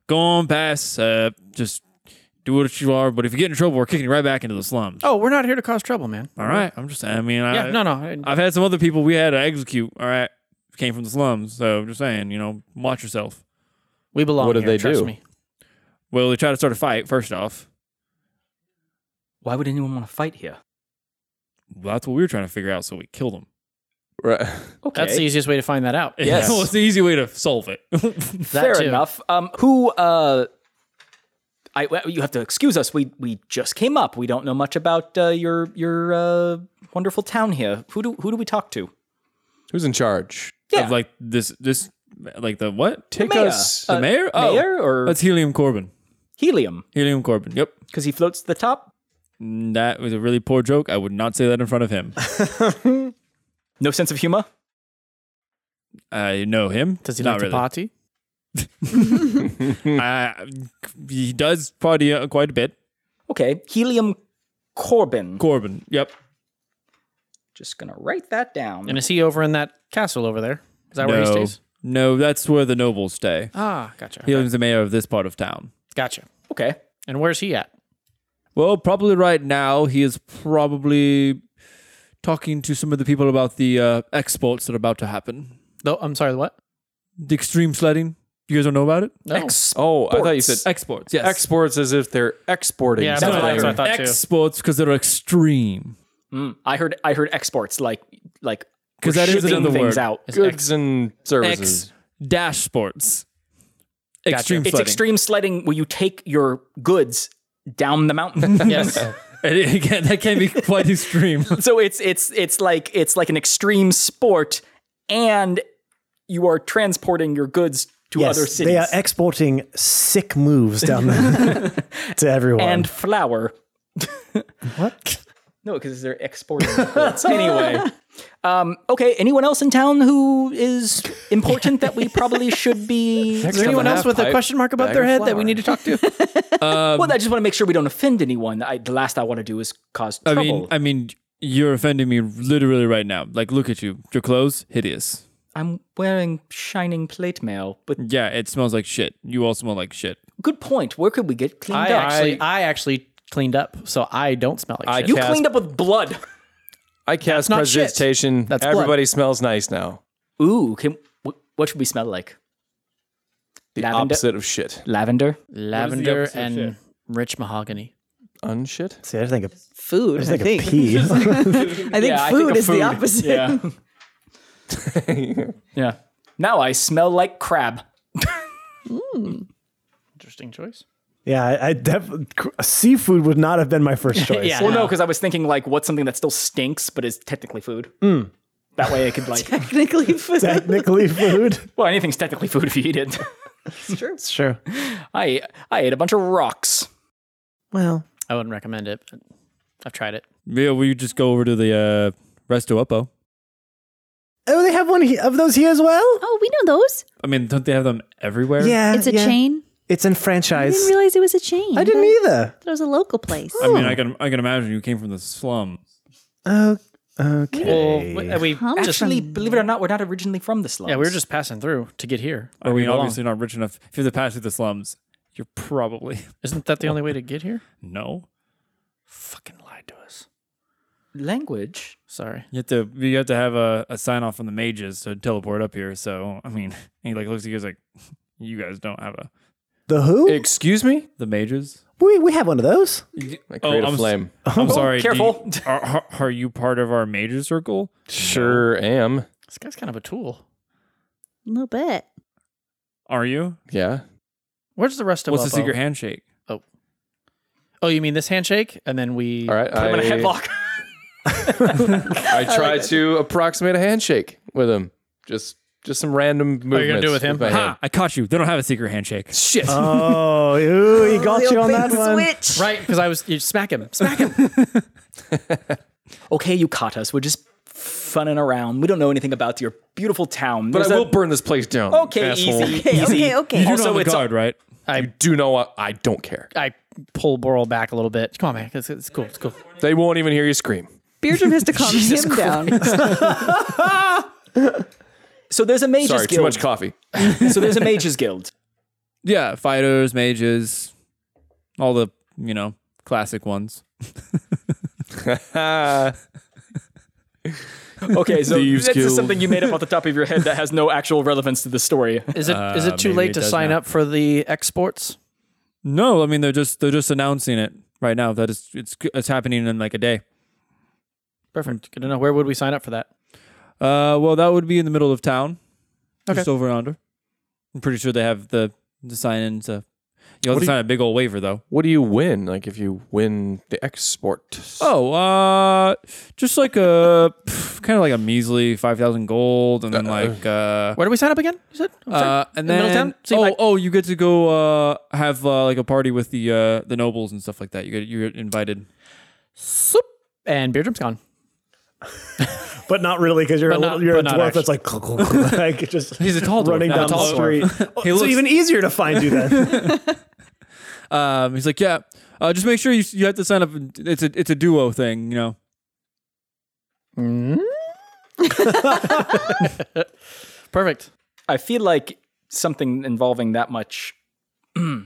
go on, pass. Uh, just do what you are. But if you get in trouble, we're kicking you right back into the slums. Oh, we're not here to cause trouble, man. All right, I'm just. I mean, I, Yeah, no, no. I- I've had some other people we had to execute. All right, came from the slums, so I'm just saying, you know, watch yourself. we belong. What did here, they trust do? Me. Well, they try to start a fight first off. Why would anyone want to fight here? That's what we were trying to figure out, so we killed them. Right. Okay. That's the easiest way to find that out. Yes. well, it's the easy way to solve it. Fair too. enough. Um, who? Uh, I well, you have to excuse us. We we just came up. We don't know much about uh, your your uh, wonderful town here. Who do who do we talk to? Who's in charge? Yeah. Of like this, this, like the what? Take Mayor. us. The mayor? Oh, Mayor or that's Helium Corbin. helium? Helium Corbin. Yep. Because he floats to the top. Mm, That was a really poor joke. I would not say that in front of him. No sense of humor. I know him. Does he not really? like to potty? I- he does party uh, quite a bit. Okay, helium Corbin. Corbin. Yep. just gonna write that down. And is he over in that castle over there? Is that where he No. stays? No, that's where the nobles stay. Ah, gotcha. okay. Helium's the mayor of this part of town. Gotcha. okay. And where's he at? Well, probably right now he is probably talking to some of the people about the uh, exports that are about to happen. Though I'm sorry, what? The extreme sledding. You guys don't know about it? No. Oh, I thought you said Exports. Yes. exports as if they're exporting. Yeah, that's something. what I- that's what I thought too. exports because they're extreme. Mm, I heard I heard exports like like 'Cause we're that is shipping another things word. out. goods and services. X dash sports. Extreme It's sledding. extreme sledding where you take your goods down the mountain. Yes. Oh. It- it can- that can be quite extreme. so it's it's it's like it's like an extreme sport, and you are transporting your goods to other Yes, cities they are exporting sick moves down there to everyone. and flour. what? No, because they're exporting goods. anyway. Um, okay, anyone else in town who is important that we probably should be Is there anyone else with a half-pipe question mark above bag their of head that we flour. need to talk to? Um, Well, I just want to make sure we don't offend anyone. I, the last I want to do is cause I trouble. mean, I mean, you're offending me literally right now. Like, look at you. Your clothes, hideous. I'm wearing shining plate mail, but Yeah, it smells like shit. You all smell like shit. good point. Where could we get cleaned I up? actually, I actually cleaned up, so I don't smell like I shit. you cast- cleaned up with blood. I cast not shit. precipitation. That's blood. Everybody smells nice now. Ooh, can wh- what should we smell like? The Lavender- opposite of shit. Lavender. Lavender opposite of and shit? rich mahogany. Unshit. See, I think of, Food. I I think think. of pee. I think I think food of is food. the opposite. Yeah. yeah. Now I smell like crab. Hmm. Interesting choice. Yeah, I, I def- seafood would not have been my first choice. well, no, because I was thinking like, what's something that still stinks but is technically food? Mm. That way, I could like technically food. technically food. Well, anything's technically food if you eat it. It's true. It's true. I I ate a bunch of rocks. Well, I wouldn't recommend it. but I've tried it. Yeah, will you just go over to the uh, Resto Uppo? Oh, they have one he- of those here as well. Oh, we know those. I mean, don't they have them everywhere? Yeah, It's a yeah. chain. It's I enfranchised. didn't realize it was a chain. I didn't either. It was a local place. I mean, I can I can imagine you came from the slum. Oh, okay. Well, we, we just Actually, believe it or not, we're not originally from the slums. yeah, we were just passing through to get here. I mean, obviously not rich enough. If you have to pass through the slums, you're probably isn't that the only way to get here? no. Fucking lied to us. language. Sorry. You have to you have to have a, a sign off from the mages to teleport up here. So I mean, he like looks at you guys like, you guys don't have a The who? Excuse me? the mages. we we have one of those. Oh. I create a Oh, I'm s- flame. I'm sorry. do you- careful. are- are, are you part of our major circle? Sure am. This guy's kind of a tool. A little bit. Are you? Yeah. Where's the rest of What's the Oppo? secret handshake? Oh, you mean this handshake? And then we. All right. Put him in a I, headlock. I try to approximate a handshake with him. Just just some random movements. What are you gonna do with him? my hand. Ha! I caught you. They don't have a secret handshake. Shit. Oh, ooh, he got you on that one. Switch. Right, because I was you smack him, smack him. okay, you caught us. We're just funning around. We don't know anything about your beautiful town. But There's I a- will burn this place down. Okay, asshole. easy. Okay, okay, okay. you do Also, know the it's a- guard, right? You do know what? I don't care. I pull Boral back a little bit. Come on, man, it's, it's cool, it's cool. They won't even hear you scream. Beardrum has to calm him down. So there's a mages Sorry, guild. too much coffee. so there's a mages guild. Yeah, fighters, mages, all the you know classic ones. Okay, so Thieves that's guild. just something you made up off the top of your head that has no actual relevance to the story. Is it is Uh, it Uh, too maybe late it to does sign now. up for the exports? No, I mean they're just they're just announcing it right now. That is it's it's happening in like a day. Perfect. Good to know. Where would we sign up for that? Uh, well, that would be in the middle of town, just Okay. over and under. I'm pretty sure they have the the sign in. So you have What to do sign a big old waiver though. What do you win? Like if you win the export? Oh, uh, just like a kind of like a measly five thousand gold, and then like uh, Where do we sign up again? You said. I'm sorry. uh and In then Middletown? See, oh like- oh you get to go uh have uh, like a party with the uh the nobles and stuff like that. You get you get invited. Soup. And Beardrum's gone. But not really, because you're But a not- little, you're a but not dwarf that's like, cluck, cluck, cluck, like just He's a tall dwarf, running not a down the tall street. dwarf. Oh, He so looks- even easier to find you then. Um, he's like yeah. Uh, just make sure you you have to sign up. It's a it's a duo thing, you know. Perfect. I feel like something involving that much. well,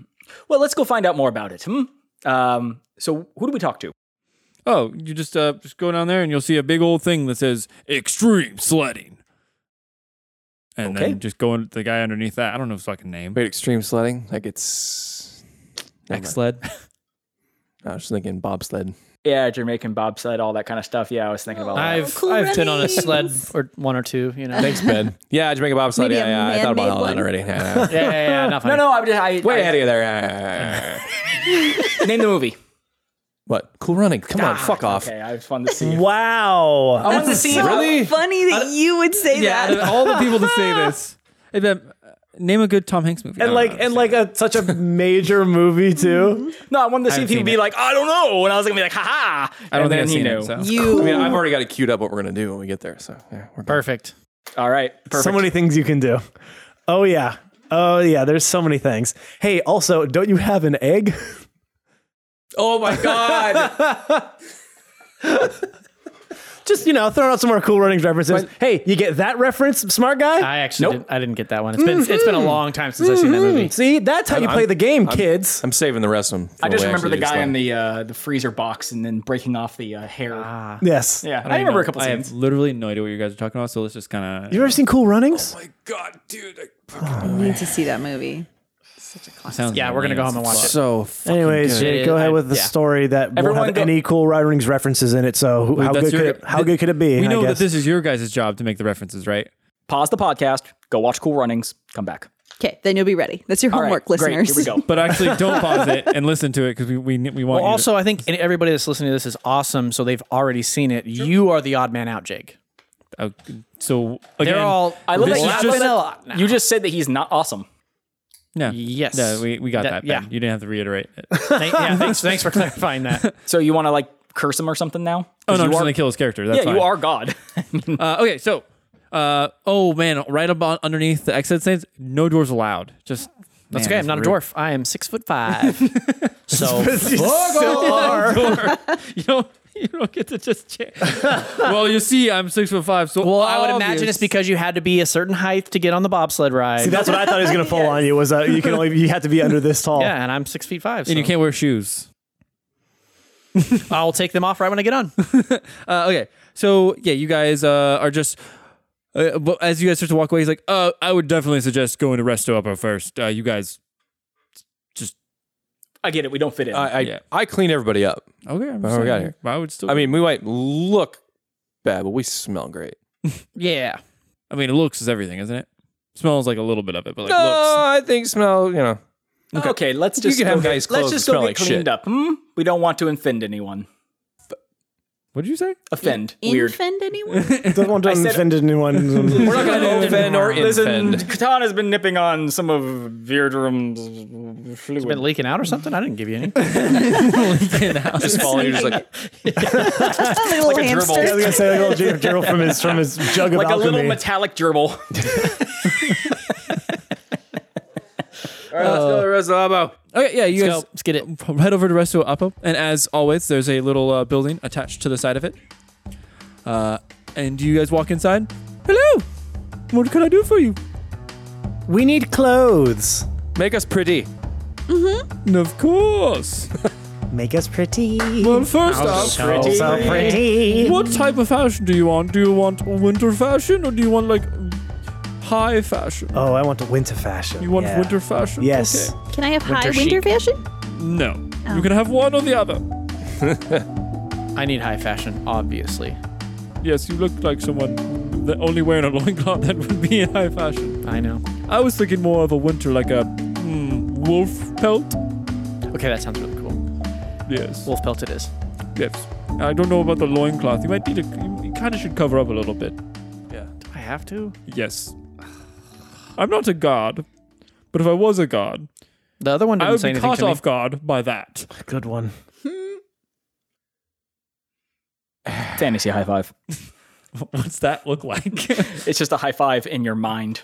let's go find out more about it. Hmm? Um, so who do we talk to? Oh, you just uh just go down there and you'll see a big old thing that says extreme sledding. And Okay. then just go into the guy underneath that. I don't know his fucking name. Wait, extreme sledding? Like it's. Never mind. sled. I was just thinking bobsled. Yeah, Jamaican bobsled, all that kind of stuff. Yeah, I was Oh. thinking about that. I've cool I've been on a runnings. sled or one or two. You know. Thanks, Ben. yeah, Jamaica bobsled. Maybe Yeah, a yeah. I thought about man-made all that one. already. Yeah, yeah, yeah. Yeah, yeah, yeah. Not No, funny. no, I'm just I, Way I- ahead of you there. Yeah, yeah, yeah, yeah. name the movie. Ah, What? Cool running. Come on, fuck off. Okay, I just wanted to see. wow. I wanted to see. So Really? funny that you would say Yeah, out that. of all the people to say this. Hey, Ben, uh, name a good Tom Hanks movie. I And don't like know. and like a such a major movie too. No, I wanted to see if he seen would be it. like, I don't know, and I was gonna be like, haha. I don't think and then I've he seen knew. it. So. I You mean, I've already got it queued up what we're gonna do when we get there. So yeah, we're good. Perfect. All right, perfect. So many things you can do. Oh yeah. Oh yeah, there's so many things. Hey, also, don't you have an egg? Oh my god! Just, you know, throwing out some more cool running references. Hey, you get that reference, smart guy? I actually didn't, I didn't get that one. It's been it's been a Mm-hmm. long time since I've seen that movie. See, that's how you play the game, kids. I'm saving the rest of them. I just remember the guy in the uh, the freezer box and then breaking off the uh, hair. Ah. yes. yeah, I don't I, even remember know. a couple I scenes. have literally no idea what you guys are talking about, so let's just kind You of. ever seen Cool Runnings? Oh Oh, my god, dude! need to see that movie. Such a classic. Yeah, we're gonna go home and watch it. so Anyways, Jake, It- Uh, go ahead I- with the yeah. story that won't Everyone have go- any cool Ride Rings references in it. So who, how that's good your- could it, how good could it be? We I know that guess. this is your guys' job to make the references, right? Pause the podcast. Go watch Cool Runnings. Come back. Okay, then you'll be ready. That's your All right, homework, great, here we listeners. go. But actually, don't pause it and listen to it because we, we we want. Well, you also, I think everybody that's listening to this is awesome, so they've already seen it. You are the odd man out, Jake. to, uh, so again, They're all. I love this that is you just- just, you just said that he's not awesome. no, Yes. no, we, we got that. That- ben. yeah. you didn't have to reiterate it. Oh, Thank- yeah, thanks, thanks for clarifying that. So you want to like curse him or something Oh now? 'Cause no, I'm you just are, gonna kill his character. That's yeah, fine. you are God. Uh, okay, so uh, oh man, right about underneath the exit signs, no doors allowed. Just That's man, okay. I'm not a rude. dwarf. I am six foot five. so you don't you don't get to just change. well, you see, I'm six foot five. So well, I would obvious. imagine it's because you had to be a certain height to get on the bobsled ride. See, that's what I thought he was going to fall on you. Was uh, you can only you had to be under this tall. yeah, and I'm six feet five. So and you can't wear shoes. I'll take them off right when I get on. Uh, okay, so yeah, you guys uh, are just. Uh, but as you guys start to walk away, he's like, "Uh, I would definitely suggest going to Resto Upper first. Uh, you guys, I get it. We don't fit in. I I, Yeah. I clean everybody up. okay, I'm Oh, we got it. I would still. I mean, we might look bad, but we smell great. yeah. I mean, it looks is everything, isn't it? Smells like a little bit of it, but like No, I think smell. You know, okay. let's You just can go have get- guys' let's clothes just smell go get like cleaned shit. up. Hmm? We don't want to offend anyone. What did you say? Offend. Weird. Infend anyone? Don't want to said- offend anyone. we're not gonna offend or Listen, infend. Katana's been nipping on some of Virdrum's fluid. Been leaking out or something? I didn't give you any. Just falling, you're just like little a gerbil. I was hamster. going to say like a little ger- gerbil from his from his jug of like a little alchemy. metallic gerbil. All right, let's go to Resto Upper. Uh, Okay, yeah, you Let's guys go. Let's get it. head over to Resto Apo, and as always, there's a little uh, building attached to the side of it. Uh, and you guys walk inside. Hello, what can I do for you? We need clothes. Make us pretty. And of course. Make us pretty. Well, first off, Oh, so pretty. what type of fashion do you want? Do you want winter fashion, or do you want like high fashion? Oh, I want a winter fashion. You want Yeah. winter fashion? Yes. Okay. Can I have high winter fashion? No. You can have one or the other. I need high fashion, obviously. Yes, you look like someone that only wearing a loincloth that would be in high fashion. I know. I was thinking more of a winter, like a mm, wolf pelt. Okay, that sounds really cool. Yes. Wolf pelt it is. Yes. I don't know about the loincloth. You might need to, you, you kind of should cover up a little bit. Do I have to? Yes. I'm not a god, but if I was a god, The other one I didn't would say be anything caught to off me. guard by that. Good one. Fantasy high five. What's that look like? It's just a high five in your mind.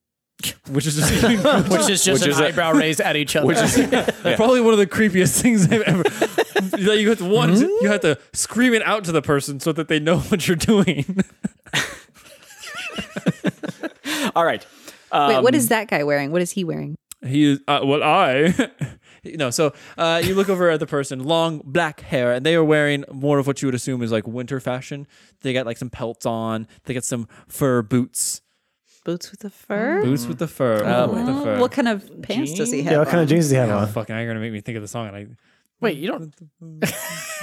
Which is just Which is Which just an is a- eyebrow raised at each other. Which is probably one of the creepiest things I've ever. that you have to one, Hmm? you have to scream it out to the person so that they know what you're doing. All right. Wait, what Um, Um, is that guy wearing? What is he wearing? He is uh, well. I no. So uh, you look over at the person, long black hair, and they are wearing more of what you would assume is like winter fashion. They got like some pelts on. They got some fur boots, Boots with a fur? boots with the fur. Oh, with the fur. What kind of pants does he have? Yeah, what kind of jeans do you have Oh, on? fucking! You're gonna make me think of the song, and I. Wait, you don't.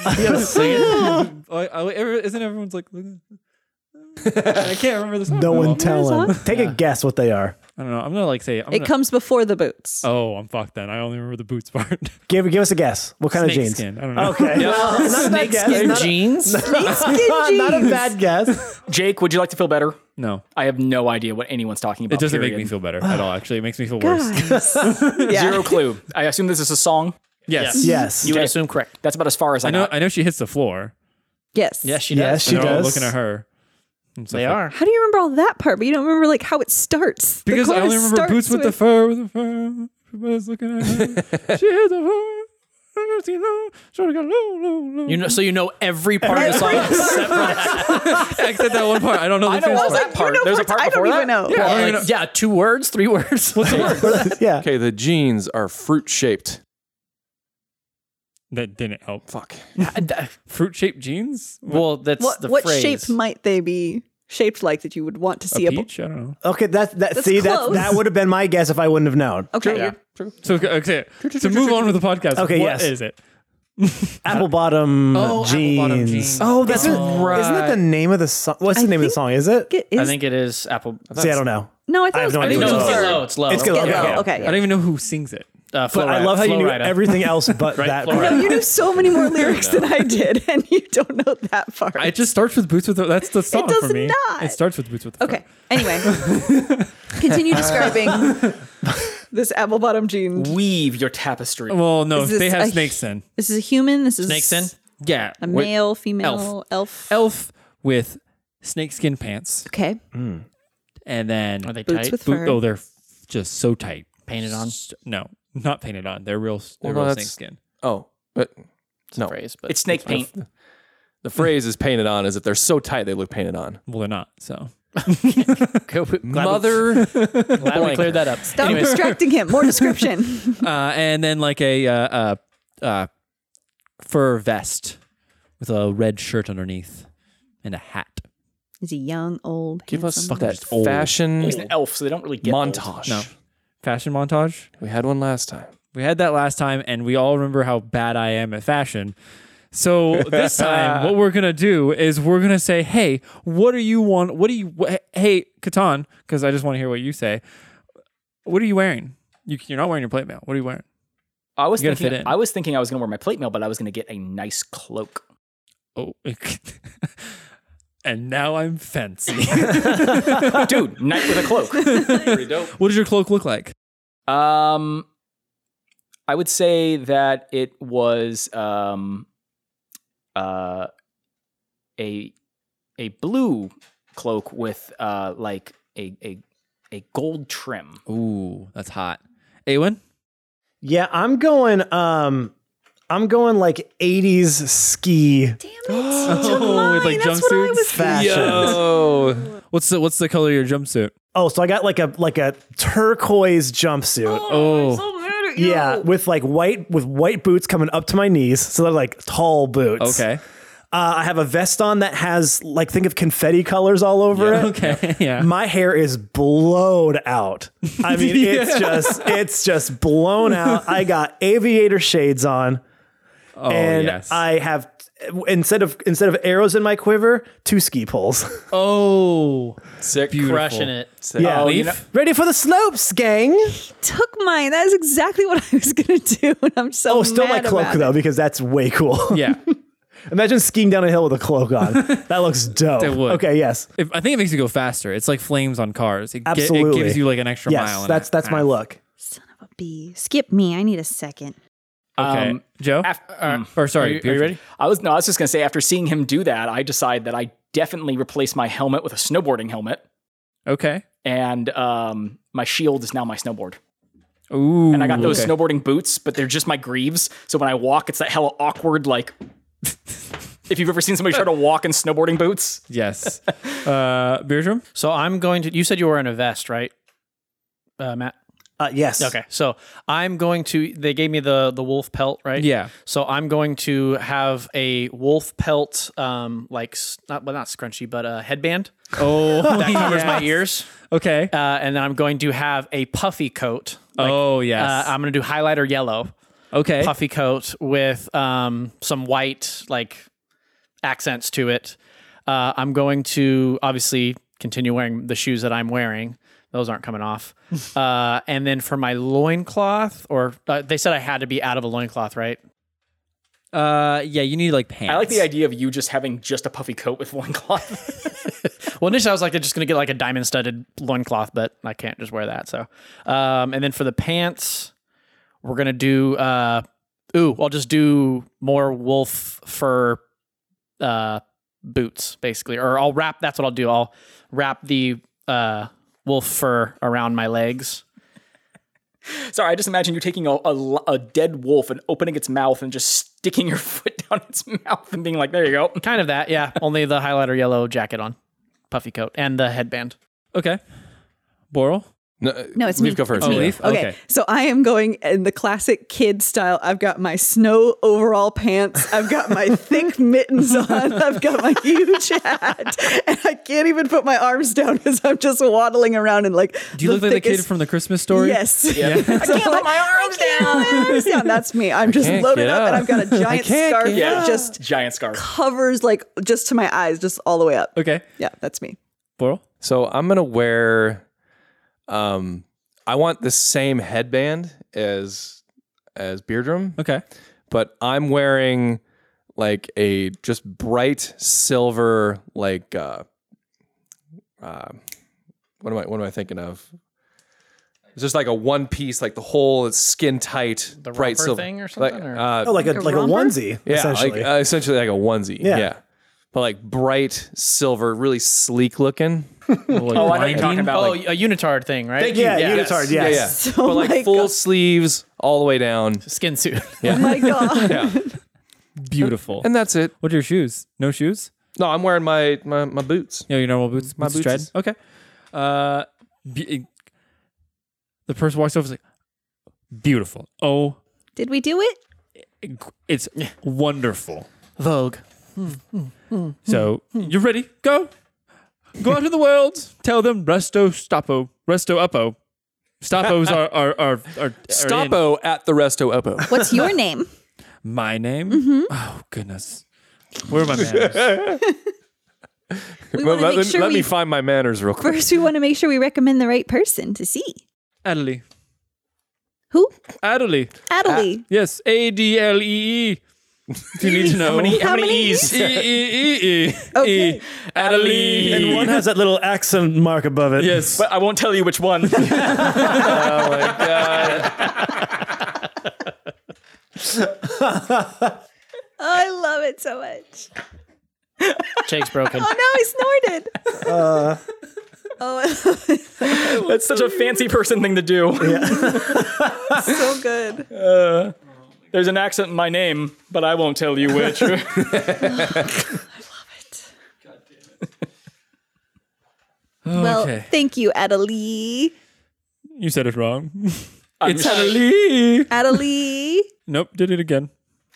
Oh, I- I- every- isn't everyone's like? looking- I can't remember the song. No at all. one tell him. Take a guess what they are. I don't know. I'm gonna like say. I'm It gonna- comes before the boots. oh, I'm fucked. Then I only remember the boots part. Give give us a guess. What kind Snake of jeans? Oh, skin. I don't know. Okay. Well, not a bad guess. Not a- jeans? Not a bad guess. Jake, would you like to feel better? No, I have no idea what anyone's talking about. it doesn't period. make me feel better at all. Actually, it makes me feel worse. Guys. Zero clue. I assume this is a song. Yes. Yes. You would Okay. assume correct. That's about as far as I, I know. got. I know she hits the floor. Yes. Yes, she Yes, does. she and they're all does. looking at her. And stuff They like- are. How do you remember all that part, but you don't remember like how it starts? The Because I chorus only remember starts boots with, the fur, with the fur. Everybody's looking at her. she has the fur. She low, she got low, low, low. You know, so you know every part of the song except for except that one part. I don't know the I know finish all part. that part. There's a part I before don't that. even know. I don't Like, even know- yeah, two words, three words. What's the word? Yeah. Okay, the jeans are fruit shaped. That didn't help. Fuck. Fruit shaped jeans? well, that's What, the what phrase. shape might they be shaped like that you would want to see a a, peach? I I don't know. Okay. That that That's see that close. that would have been my guess if I wouldn't have known. bo- Okay. True. So okay, to move on with the podcast. Okay, what yes. is it? Apple bottom Oh, jeans. Bottom Jeans. Oh, that's It's it. right. Isn't that the name of the song? What's the name of the song? Is it? I think it is Apple. See, I don't know. No, I thought I it have was no idea. No, what it's it Get is. Low. It's Low. It's Get Low. Get Okay, Low. okay. Okay, I don't even know who sings it. Uh, But I love how you knew everything else but Right, that. Flo part. No, you knew so many more lyrics than I did, and you don't know that part. It just starts with boots with the, that's the song does for me. not. It starts with boots with the Okay. Anyway, continue describing this apple bottom jean. Weave your tapestry. Fro. Well, no, Is this they have a- snakes in. This is a human. This is Snakes in. Yeah, A with male, female, elf. elf with snakeskin pants, Mm. Okay. and then Are they Boots tight? with boot, fur. oh, they're f- just so tight. Painted on? S- No, not painted on. They're real. They're Well, no, real that's- snakeskin. Oh, but no. Phrase, but It's snake paint. The phrase is painted on as if they're so tight they look painted on. Well, they're not. So Mother. Glad we cleared that up. Stop distracting him. More description. uh, and then like a uh, uh, uh, Fur vest with a red shirt underneath and a hat. is he young, old? Give us handsome? that fashion He's an elf, so they don't really get old. montage. No. fashion montage. We had one last time. We had that last time, and we all remember how bad I am at fashion. So this time, what we're gonna do is we're gonna say, "Hey, what do you want? What do you? Wh- hey, Catan, because I just want to hear what you say. What are you wearing? You, you're not wearing your plate mail. What are you wearing? I was You gotta thinking. fit in. I was thinking I was gonna wear my plate mail, but I was gonna get a nice cloak. Oh, and now I'm fancy. Dude, knight with a cloak. Pretty dope. what does your cloak look like? Um, I would say that it was um, uh, a a blue cloak with uh like a a a gold trim. Ooh, that's hot. Awen? Yeah, I'm going. Um, I'm going like '80s ski Damn it. Oh, Took mine. with, like, That's what I jumpsuits? was fashion. Yo. What's the What's the color of your jumpsuit? Oh, so I got like a like a turquoise jumpsuit. Oh, yeah, with like white with white boots coming up to my knees, so they're like tall boots. okay, Uh, I have a vest on that has like think of confetti colors all over it. okay, yeah. My hair is blown out. I mean, it's just it's just blown out. I got aviator shades on, Oh, and yes. I have instead of instead of arrows in my quiver, two ski poles. oh, Sick. Crushing it. yeah, ready for the slopes, gang. Took mine. That is exactly what I was gonna do, and I'm so. Oh, still my mad cloak about it. though, because that's way cool. yeah. Imagine skiing down a hill with a cloak on. that looks dope. That would. Okay, yes. If, I think it makes you go faster. It's like flames on cars. It, ge- Absolutely. it gives you like an extra mile. Yes, and that's a that's my half. look. Son of a bee. Skip me. I need a second. Okay, Um, Joe. af- Uh, mm. or sorry, Are you ready? I was no, I was just gonna say after seeing him do that, I decide that I definitely replace my helmet with a snowboarding helmet, Okay. and um, my shield is now my snowboard. Ooh. And I got those okay. snowboarding boots, but they're just my greaves. So when I walk, it's that hella awkward like. if you've ever seen somebody try to walk in snowboarding boots, Yes. Uh, Beardrum. So I'm going to. You said you were in a vest, right, uh, Matt? Uh, yes. Okay. So I'm going to. They gave me the the wolf pelt, right? Yeah. So I'm going to have a wolf pelt, um, like s- not well, not scrunchy, but a headband Oh, that covers yes. my ears, Okay. uh, and then I'm going to have a puffy coat. Like, oh yes. uh, I'm going to do highlighter yellow, okay. puffy coat with um some white like accents to it. Uh, I'm going to obviously continue wearing the shoes that I'm wearing. Those aren't coming off. uh, and then for my loincloth, or uh, they said I had to be out of a loincloth, right? Uh, yeah, you need like pants. I like the idea of you just having just a puffy coat with one cloth. Well, initially I was like, they're just going to get like a diamond studded loincloth, but I can't just wear that. So, um, and then for the pants, we're going to do, uh, ooh, I'll just do more wolf fur uh, boots, basically. Or I'll wrap, that's what I'll do. I'll wrap the uh, wolf fur around my legs. Sorry, I just imagine you taking a, a l- a dead wolf and opening its mouth and just sticking your foot down its mouth and being like, "There you go." Kind of that, yeah. Only the highlighter yellow jacket on, puffy coat, and the headband. okay. Boral. No, No, it's Leaf me. go first. Oh, It's me. Yeah. Okay. so I am going in the classic kid style. I've got my snow overall pants. I've got my thick mittens on. I've got my huge hat, and I can't even put my arms down because I'm just waddling around and like. Do you look like the kid thickest- from the Christmas story? Yes. Yeah. I can't put my arms down. That's me. I'm just can't loaded get up, and up. I've got a giant scarf Yeah, that just giant scarf. covers like just to my eyes, just all the way up. Okay. Yeah, that's me. So I'm gonna wear. Um, I want the same headband as as Beardrum. Okay. But I'm wearing like a just bright silver like uh, uh what am I what am I thinking of? It's just like a one piece, like the whole it's skin tight, The bright romper silver thing or Like, something, or- uh, Oh, like a like a onesie, yeah, essentially. like uh, essentially like a onesie. Yeah. Yeah. But like bright silver, really sleek looking. Oh, I know what you're talking about. oh, like, a unitard thing, right? Thank you. Yeah, unitard, Yeah, yes. yeah. Oh but my like full sleeves all the way down. Skin suit. Oh my god. Yeah. Beautiful. and that's it. What are your shoes? No shoes? No, I'm wearing my my, my boots. You know, your normal boots? My boots boots tread? is- Okay. Uh, be- the person walks over and is like, beautiful. Oh, Did we do it? it's wonderful. Vogue. Hmm. So you're ready. Go. Go out in the world. Tell them resto stoppo. Resto uppo. Stoppos are are are, are, are in. Stoppo at the Resto Oppo. What's your name? Mm-hmm. My name? Oh goodness. Where are my manners? We let want to make let- sure let we me find my manners real quick. first we want to make sure we recommend the right person to see. Adelie. Who? Adelie. Adelie. Yes. A D L E E. Do you need to know? How many, How many many E's? E E E E. Okay. E. Adelie. and one has that little accent mark above it. Yes. I won't tell you which one. Oh my god. Oh, I love it so much. Jake's broken. Oh no, he snorted. oh, That's such a fancy person thing to do. Uh, it's so good. There's an accent in my name, but I won't tell you which. Well, Okay. thank you, Adelie. You said it wrong. it's Adelie. Adelie. Nope. Did it again.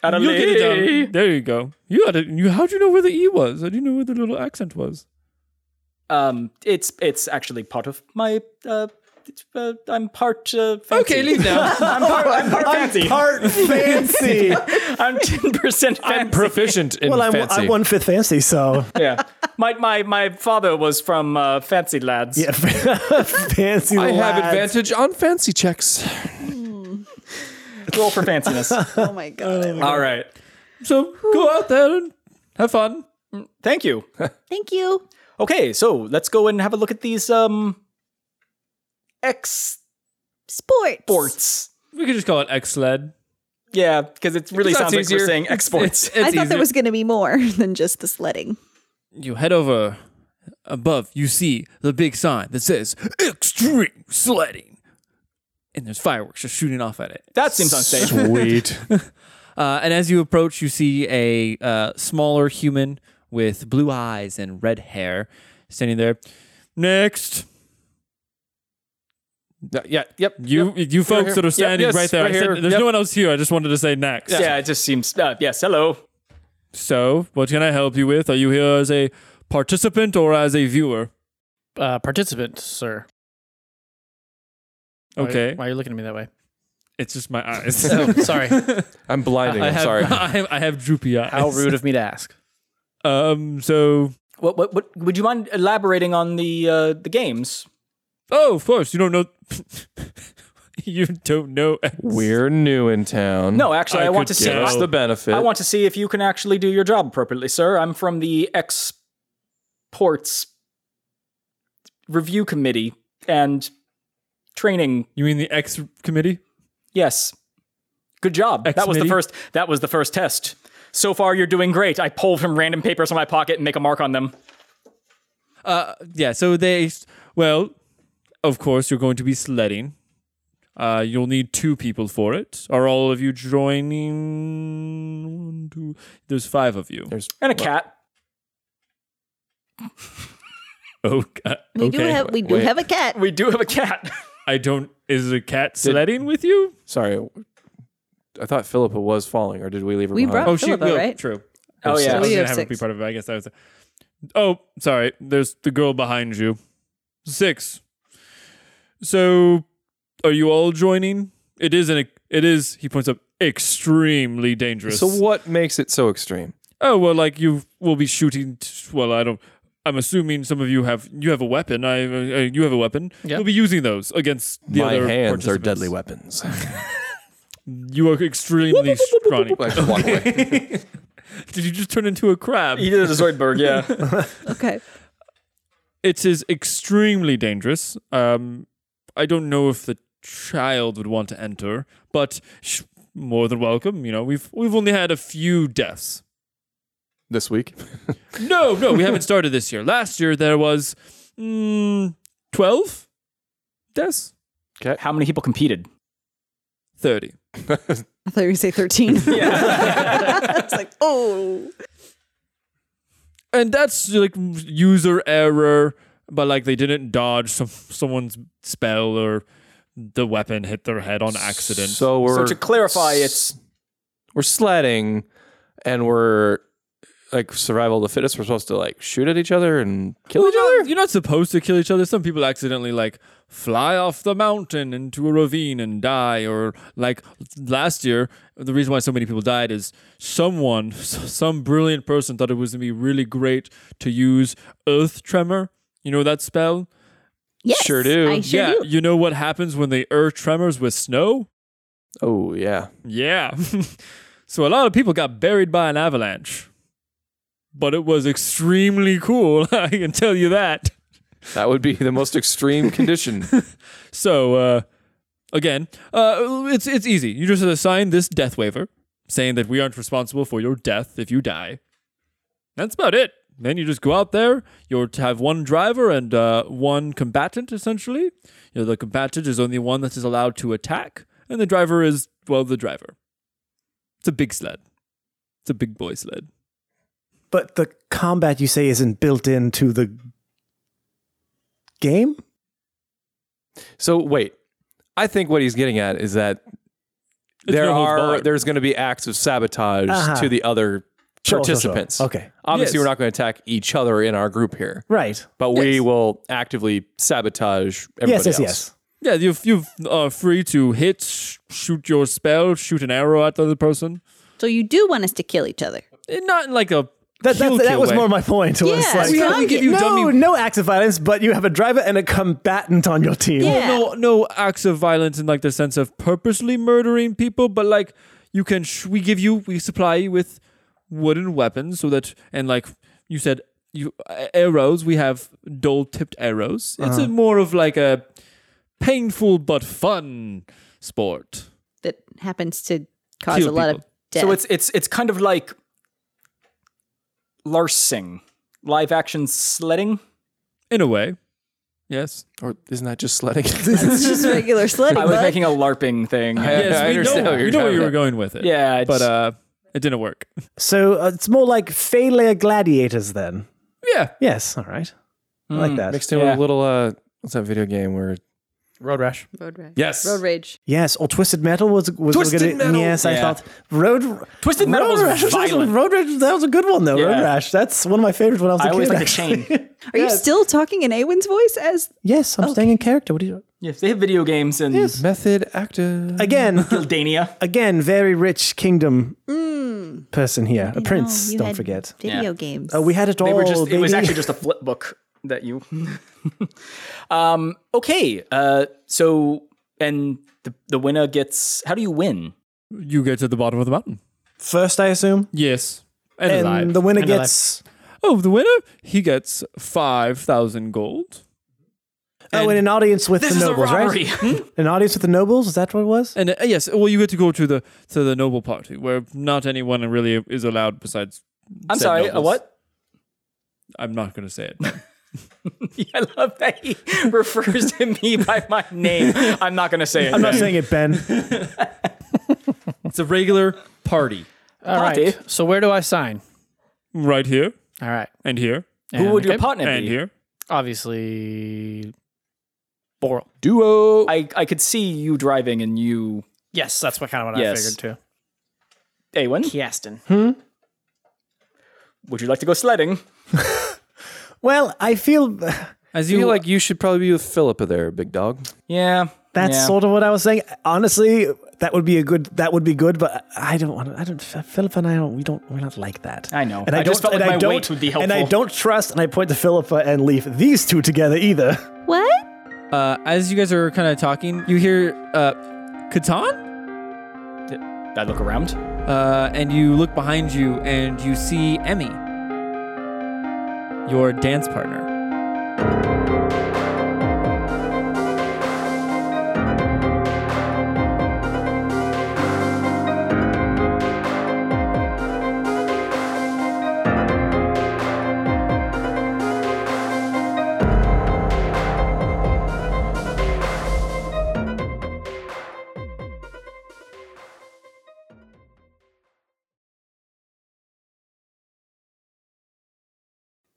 You'll get it down. There you go. You had it. You. How'd you know where the E was? How'd you know where the little accent was? Um, it's it's actually part of my. Uh, it's, uh, I'm part uh, fancy. Okay, leave now. I'm part, I'm part fancy. Part fancy. I'm ten percent I'm fancy. proficient in well, I'm, fancy. I'm one fifth fancy, so yeah, my my my father was from uh, Fancy Lads. yeah, fancy. I have lads. advantage on fancy checks. Roll for fanciness. Oh my god. All right. so go out there and have fun. Thank you. Thank you. Okay, so let's go and have a look at these um exports. Sports. We could just call it X led. Yeah, because it really That's sounds like we're easier. saying exports. I thought there was going to be more than just the sledding. you head over above, you see the big sign that says extreme sledding. And there's fireworks just shooting off at it. that seems unsafe. Sweet. Uh, and as you approach, you see a uh, smaller human with blue eyes and red hair standing there. Next, yeah, yep. you yep. you folks here. that are Yep, standing yes, right there. right I said, here. there's Yep. no one else here. I just wanted to say next. Yeah, it just seems. Uh, yes, hello. So, what can I help you with? Are you here as a participant or as a viewer? Uh, participant, sir. Why- Okay, Why are you looking at me that way? it's just my eyes. Oh, sorry. I'm blinding. I I'm have, sorry. I have, I have droopy eyes. How rude of me to ask. Um. So. What, what, what, would you mind elaborating on the uh, the games? Oh, of course. You don't know. you don't know. We're new in town. No, actually, I, I want to could see. get That's out. the benefit. I want to see if you can actually do your job appropriately, sir. I'm from the exports review committee and training. You mean the X committee? Yes, good job. That was the Ex-committee? first. That was the first test. So far, you're doing great. I pull from random papers from my pocket and make a mark on them. Uh. Yeah. So they. Well, of course you're going to be sledding. Uh, you'll need two people for it. Are all of you joining? One, two. There's five of you. There's And a cat. Oh, God. We do okay. have we do wait. have a cat. We do have a cat. I don't. Is a cat sledding with you? Sorry, I thought Philippa was falling, or did we leave her? We behind? brought Philippa, no, right? True. Oh, yeah. I So was we gonna have have her be six. part of it. I guess that was. Oh, sorry. There's the girl behind you. Six. So, are you all joining? It is an. It is. He points up. Extremely dangerous. So what makes it so extreme? Oh well, like you will be shooting. T- well, I don't. I'm assuming some of you have you have a weapon. I uh, you have a weapon. Yeah. We'll be using those against the My other hands are participants. deadly weapons. You are extremely scrawny. I just walk away. Did you just turn into a crab? He did a Zoidberg, yeah. Okay. It is extremely dangerous. Um, I don't know if the child would want to enter, but sh- more than welcome. You know, we've we've only had a few deaths. this week. No, no, we haven't started this year. Last year there was mm, twelve deaths, How many people competed? thirty. I thought you were going to say 13. Yeah. it's like, oh. and that's like user error but like they didn't dodge some someone's spell or the weapon hit their head on accident So we're So to clarify, it's we're sledding, and we're like survival of the fittest. We're supposed to like shoot at each other and kill Well, each other. you're not- You're not supposed to kill each other. Some people accidentally like fly off the mountain into a ravine and die, or like last year, the reason why so many people died is someone, s- some brilliant person, thought it was gonna be really great to use Earth Tremor. You know that spell? Yes. Sure do. I sure yeah. do. You know what happens when the Earth tremors with snow? Oh yeah, Yeah. so a lot of people got buried by an avalanche. But it was extremely cool, I can tell you that. that would be the most extreme condition. So uh, again, uh, it's it's easy. You just assign this death waiver, saying that we aren't responsible for your death if you die. That's about it. Then you just go out there. You are to have one driver and uh, one combatant, essentially. You know, the combatant is only one that is allowed to attack, and the driver is well, the driver. It's a big sled. It's a big boy sled. But the combat you say isn't built into the game? So wait, I think what he's getting at is that It's there no holds are barred. there's going to be acts of sabotage Uh-huh. to the other Sure, sure, sure. participants. Okay. Obviously, Yes. we're not going to attack each other in our group here, Right. but we will actively sabotage everybody Yes, yes, else. yes. Yeah, you you are free to hit, sh- shoot your spell, shoot an arrow at the other person. So you do want us to kill each other. Eh, Not in like a That, that, Kill, that kill was way. more my point. Was Yeah, like, we have to give you no, dummy- no acts of violence, but you have a driver and a combatant on your team. Yeah. no no acts of violence in like the sense of purposely murdering people, but like you can sh- we give you we supply you with wooden weapons so that and like you said you uh, arrows we have dull tipped arrows. It's a more of like a painful but fun sport. That happens to cause Kill a lot people. of death. so it's it's it's kind of like Larsing, live action sledding. In a way. Yes. Or isn't that just sledding? It's just regular sledding. I was bud. making a LARPing thing. Yeah, yes, I we understand know, what you're we know where talking you were about. going with it. Yeah, it's- But uh it didn't work. So uh, it's more like Phalanx gladiators then. Yeah. Hmm. Yes, all right. I like that. Hmm. Mixed in with Yeah. a little uh, what's that video game where Road rash. Road rage. Yes. Road rage. Yes, or Twisted Metal was was Twisted gonna, Metal. Yes, I Yeah. thought Road Twisted Metal was Road Rash, that was a- violent. Road Rash that was a good one though. Road Yeah. Rash. That's one of my favorites when I was I a kid. always like the actually. chain. Are you still talking in Awen's voice as yes, I'm staying in character. What do you Yes, they have video games and yes. method active? again? Gildania. again, very rich kingdom person here, a prince. No, Mm. you don't had forget. video Yeah. games? Uh, we had it all. They were just. It was baby. actually just a flip book that you. um. Okay. Uh. So and the the winner gets. How do you win? You get to the bottom of the mountain. first, I assume. Yes. And, And alive. the winner And alive. gets. Oh, the winner? He gets 5,000 gold. Oh, and an audience with the nobles, right? An audience with the nobles. Is that what it was? And uh, yes, well, you get to go to the to the noble party where not anyone really is allowed besides. I'm said sorry. A nobles. what? I'm not going to say it. I love that he refers to me by my name. I'm not going to say it. I'm not saying it, Ben. it's a regular party. All right. Party. So where do I sign? Right here All right. and here And- Who would your okay. partner and be? here. Obviously, Boral. Duo. I, I could see you driving and you. Yes, that's what kind of what Yes. I figured Awen, too. Kiastin. Hmm? would you like to go sledding? Well, I feel As I you feel like you should probably be with Philippa there, big dog. Yeah. that's yeah. sort of what I was saying. Honestly, that would be a good. That would be good, but I don't want. to I don't. Philip and I don't. We don't. We're not like that. I know. And I, I just don't- felt like and I my don't- weight would be helpful. And I don't trust. And I point to Philippa and Leaf. These two together either. What? uh, as you guys are kind of talking, you hear uh, Catan. I look around. uh, and you look behind you and you see Emmy, your dance partner.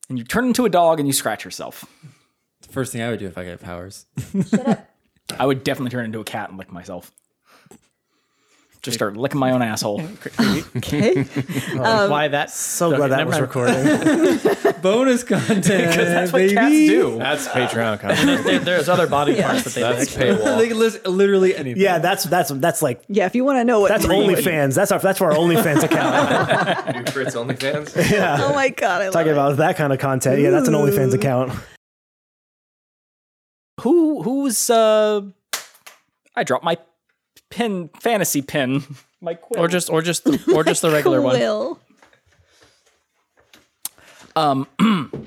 And you turn into a dog and you scratch yourself. It's the first thing I would do if I get powers. I would definitely turn into a cat and lick myself. Just start licking my own asshole. Okay. Um, Why that? So glad that was recorded. Bonus content. That's what cats do. That's Patreon content. There- there's other body parts that they That's paywall. they can list literally anything. yeah, that's that's that's like yeah, if you want to know what that's OnlyFans. That's our that's for our OnlyFans account. New Fritz OnlyFans. Oh my god, I love Talking it. about that kind of content. Yeah, that's an OnlyFans account. Who who's uh I dropped my pin fantasy pin. My quill. Or just or just the, or just the regular one. Quill. um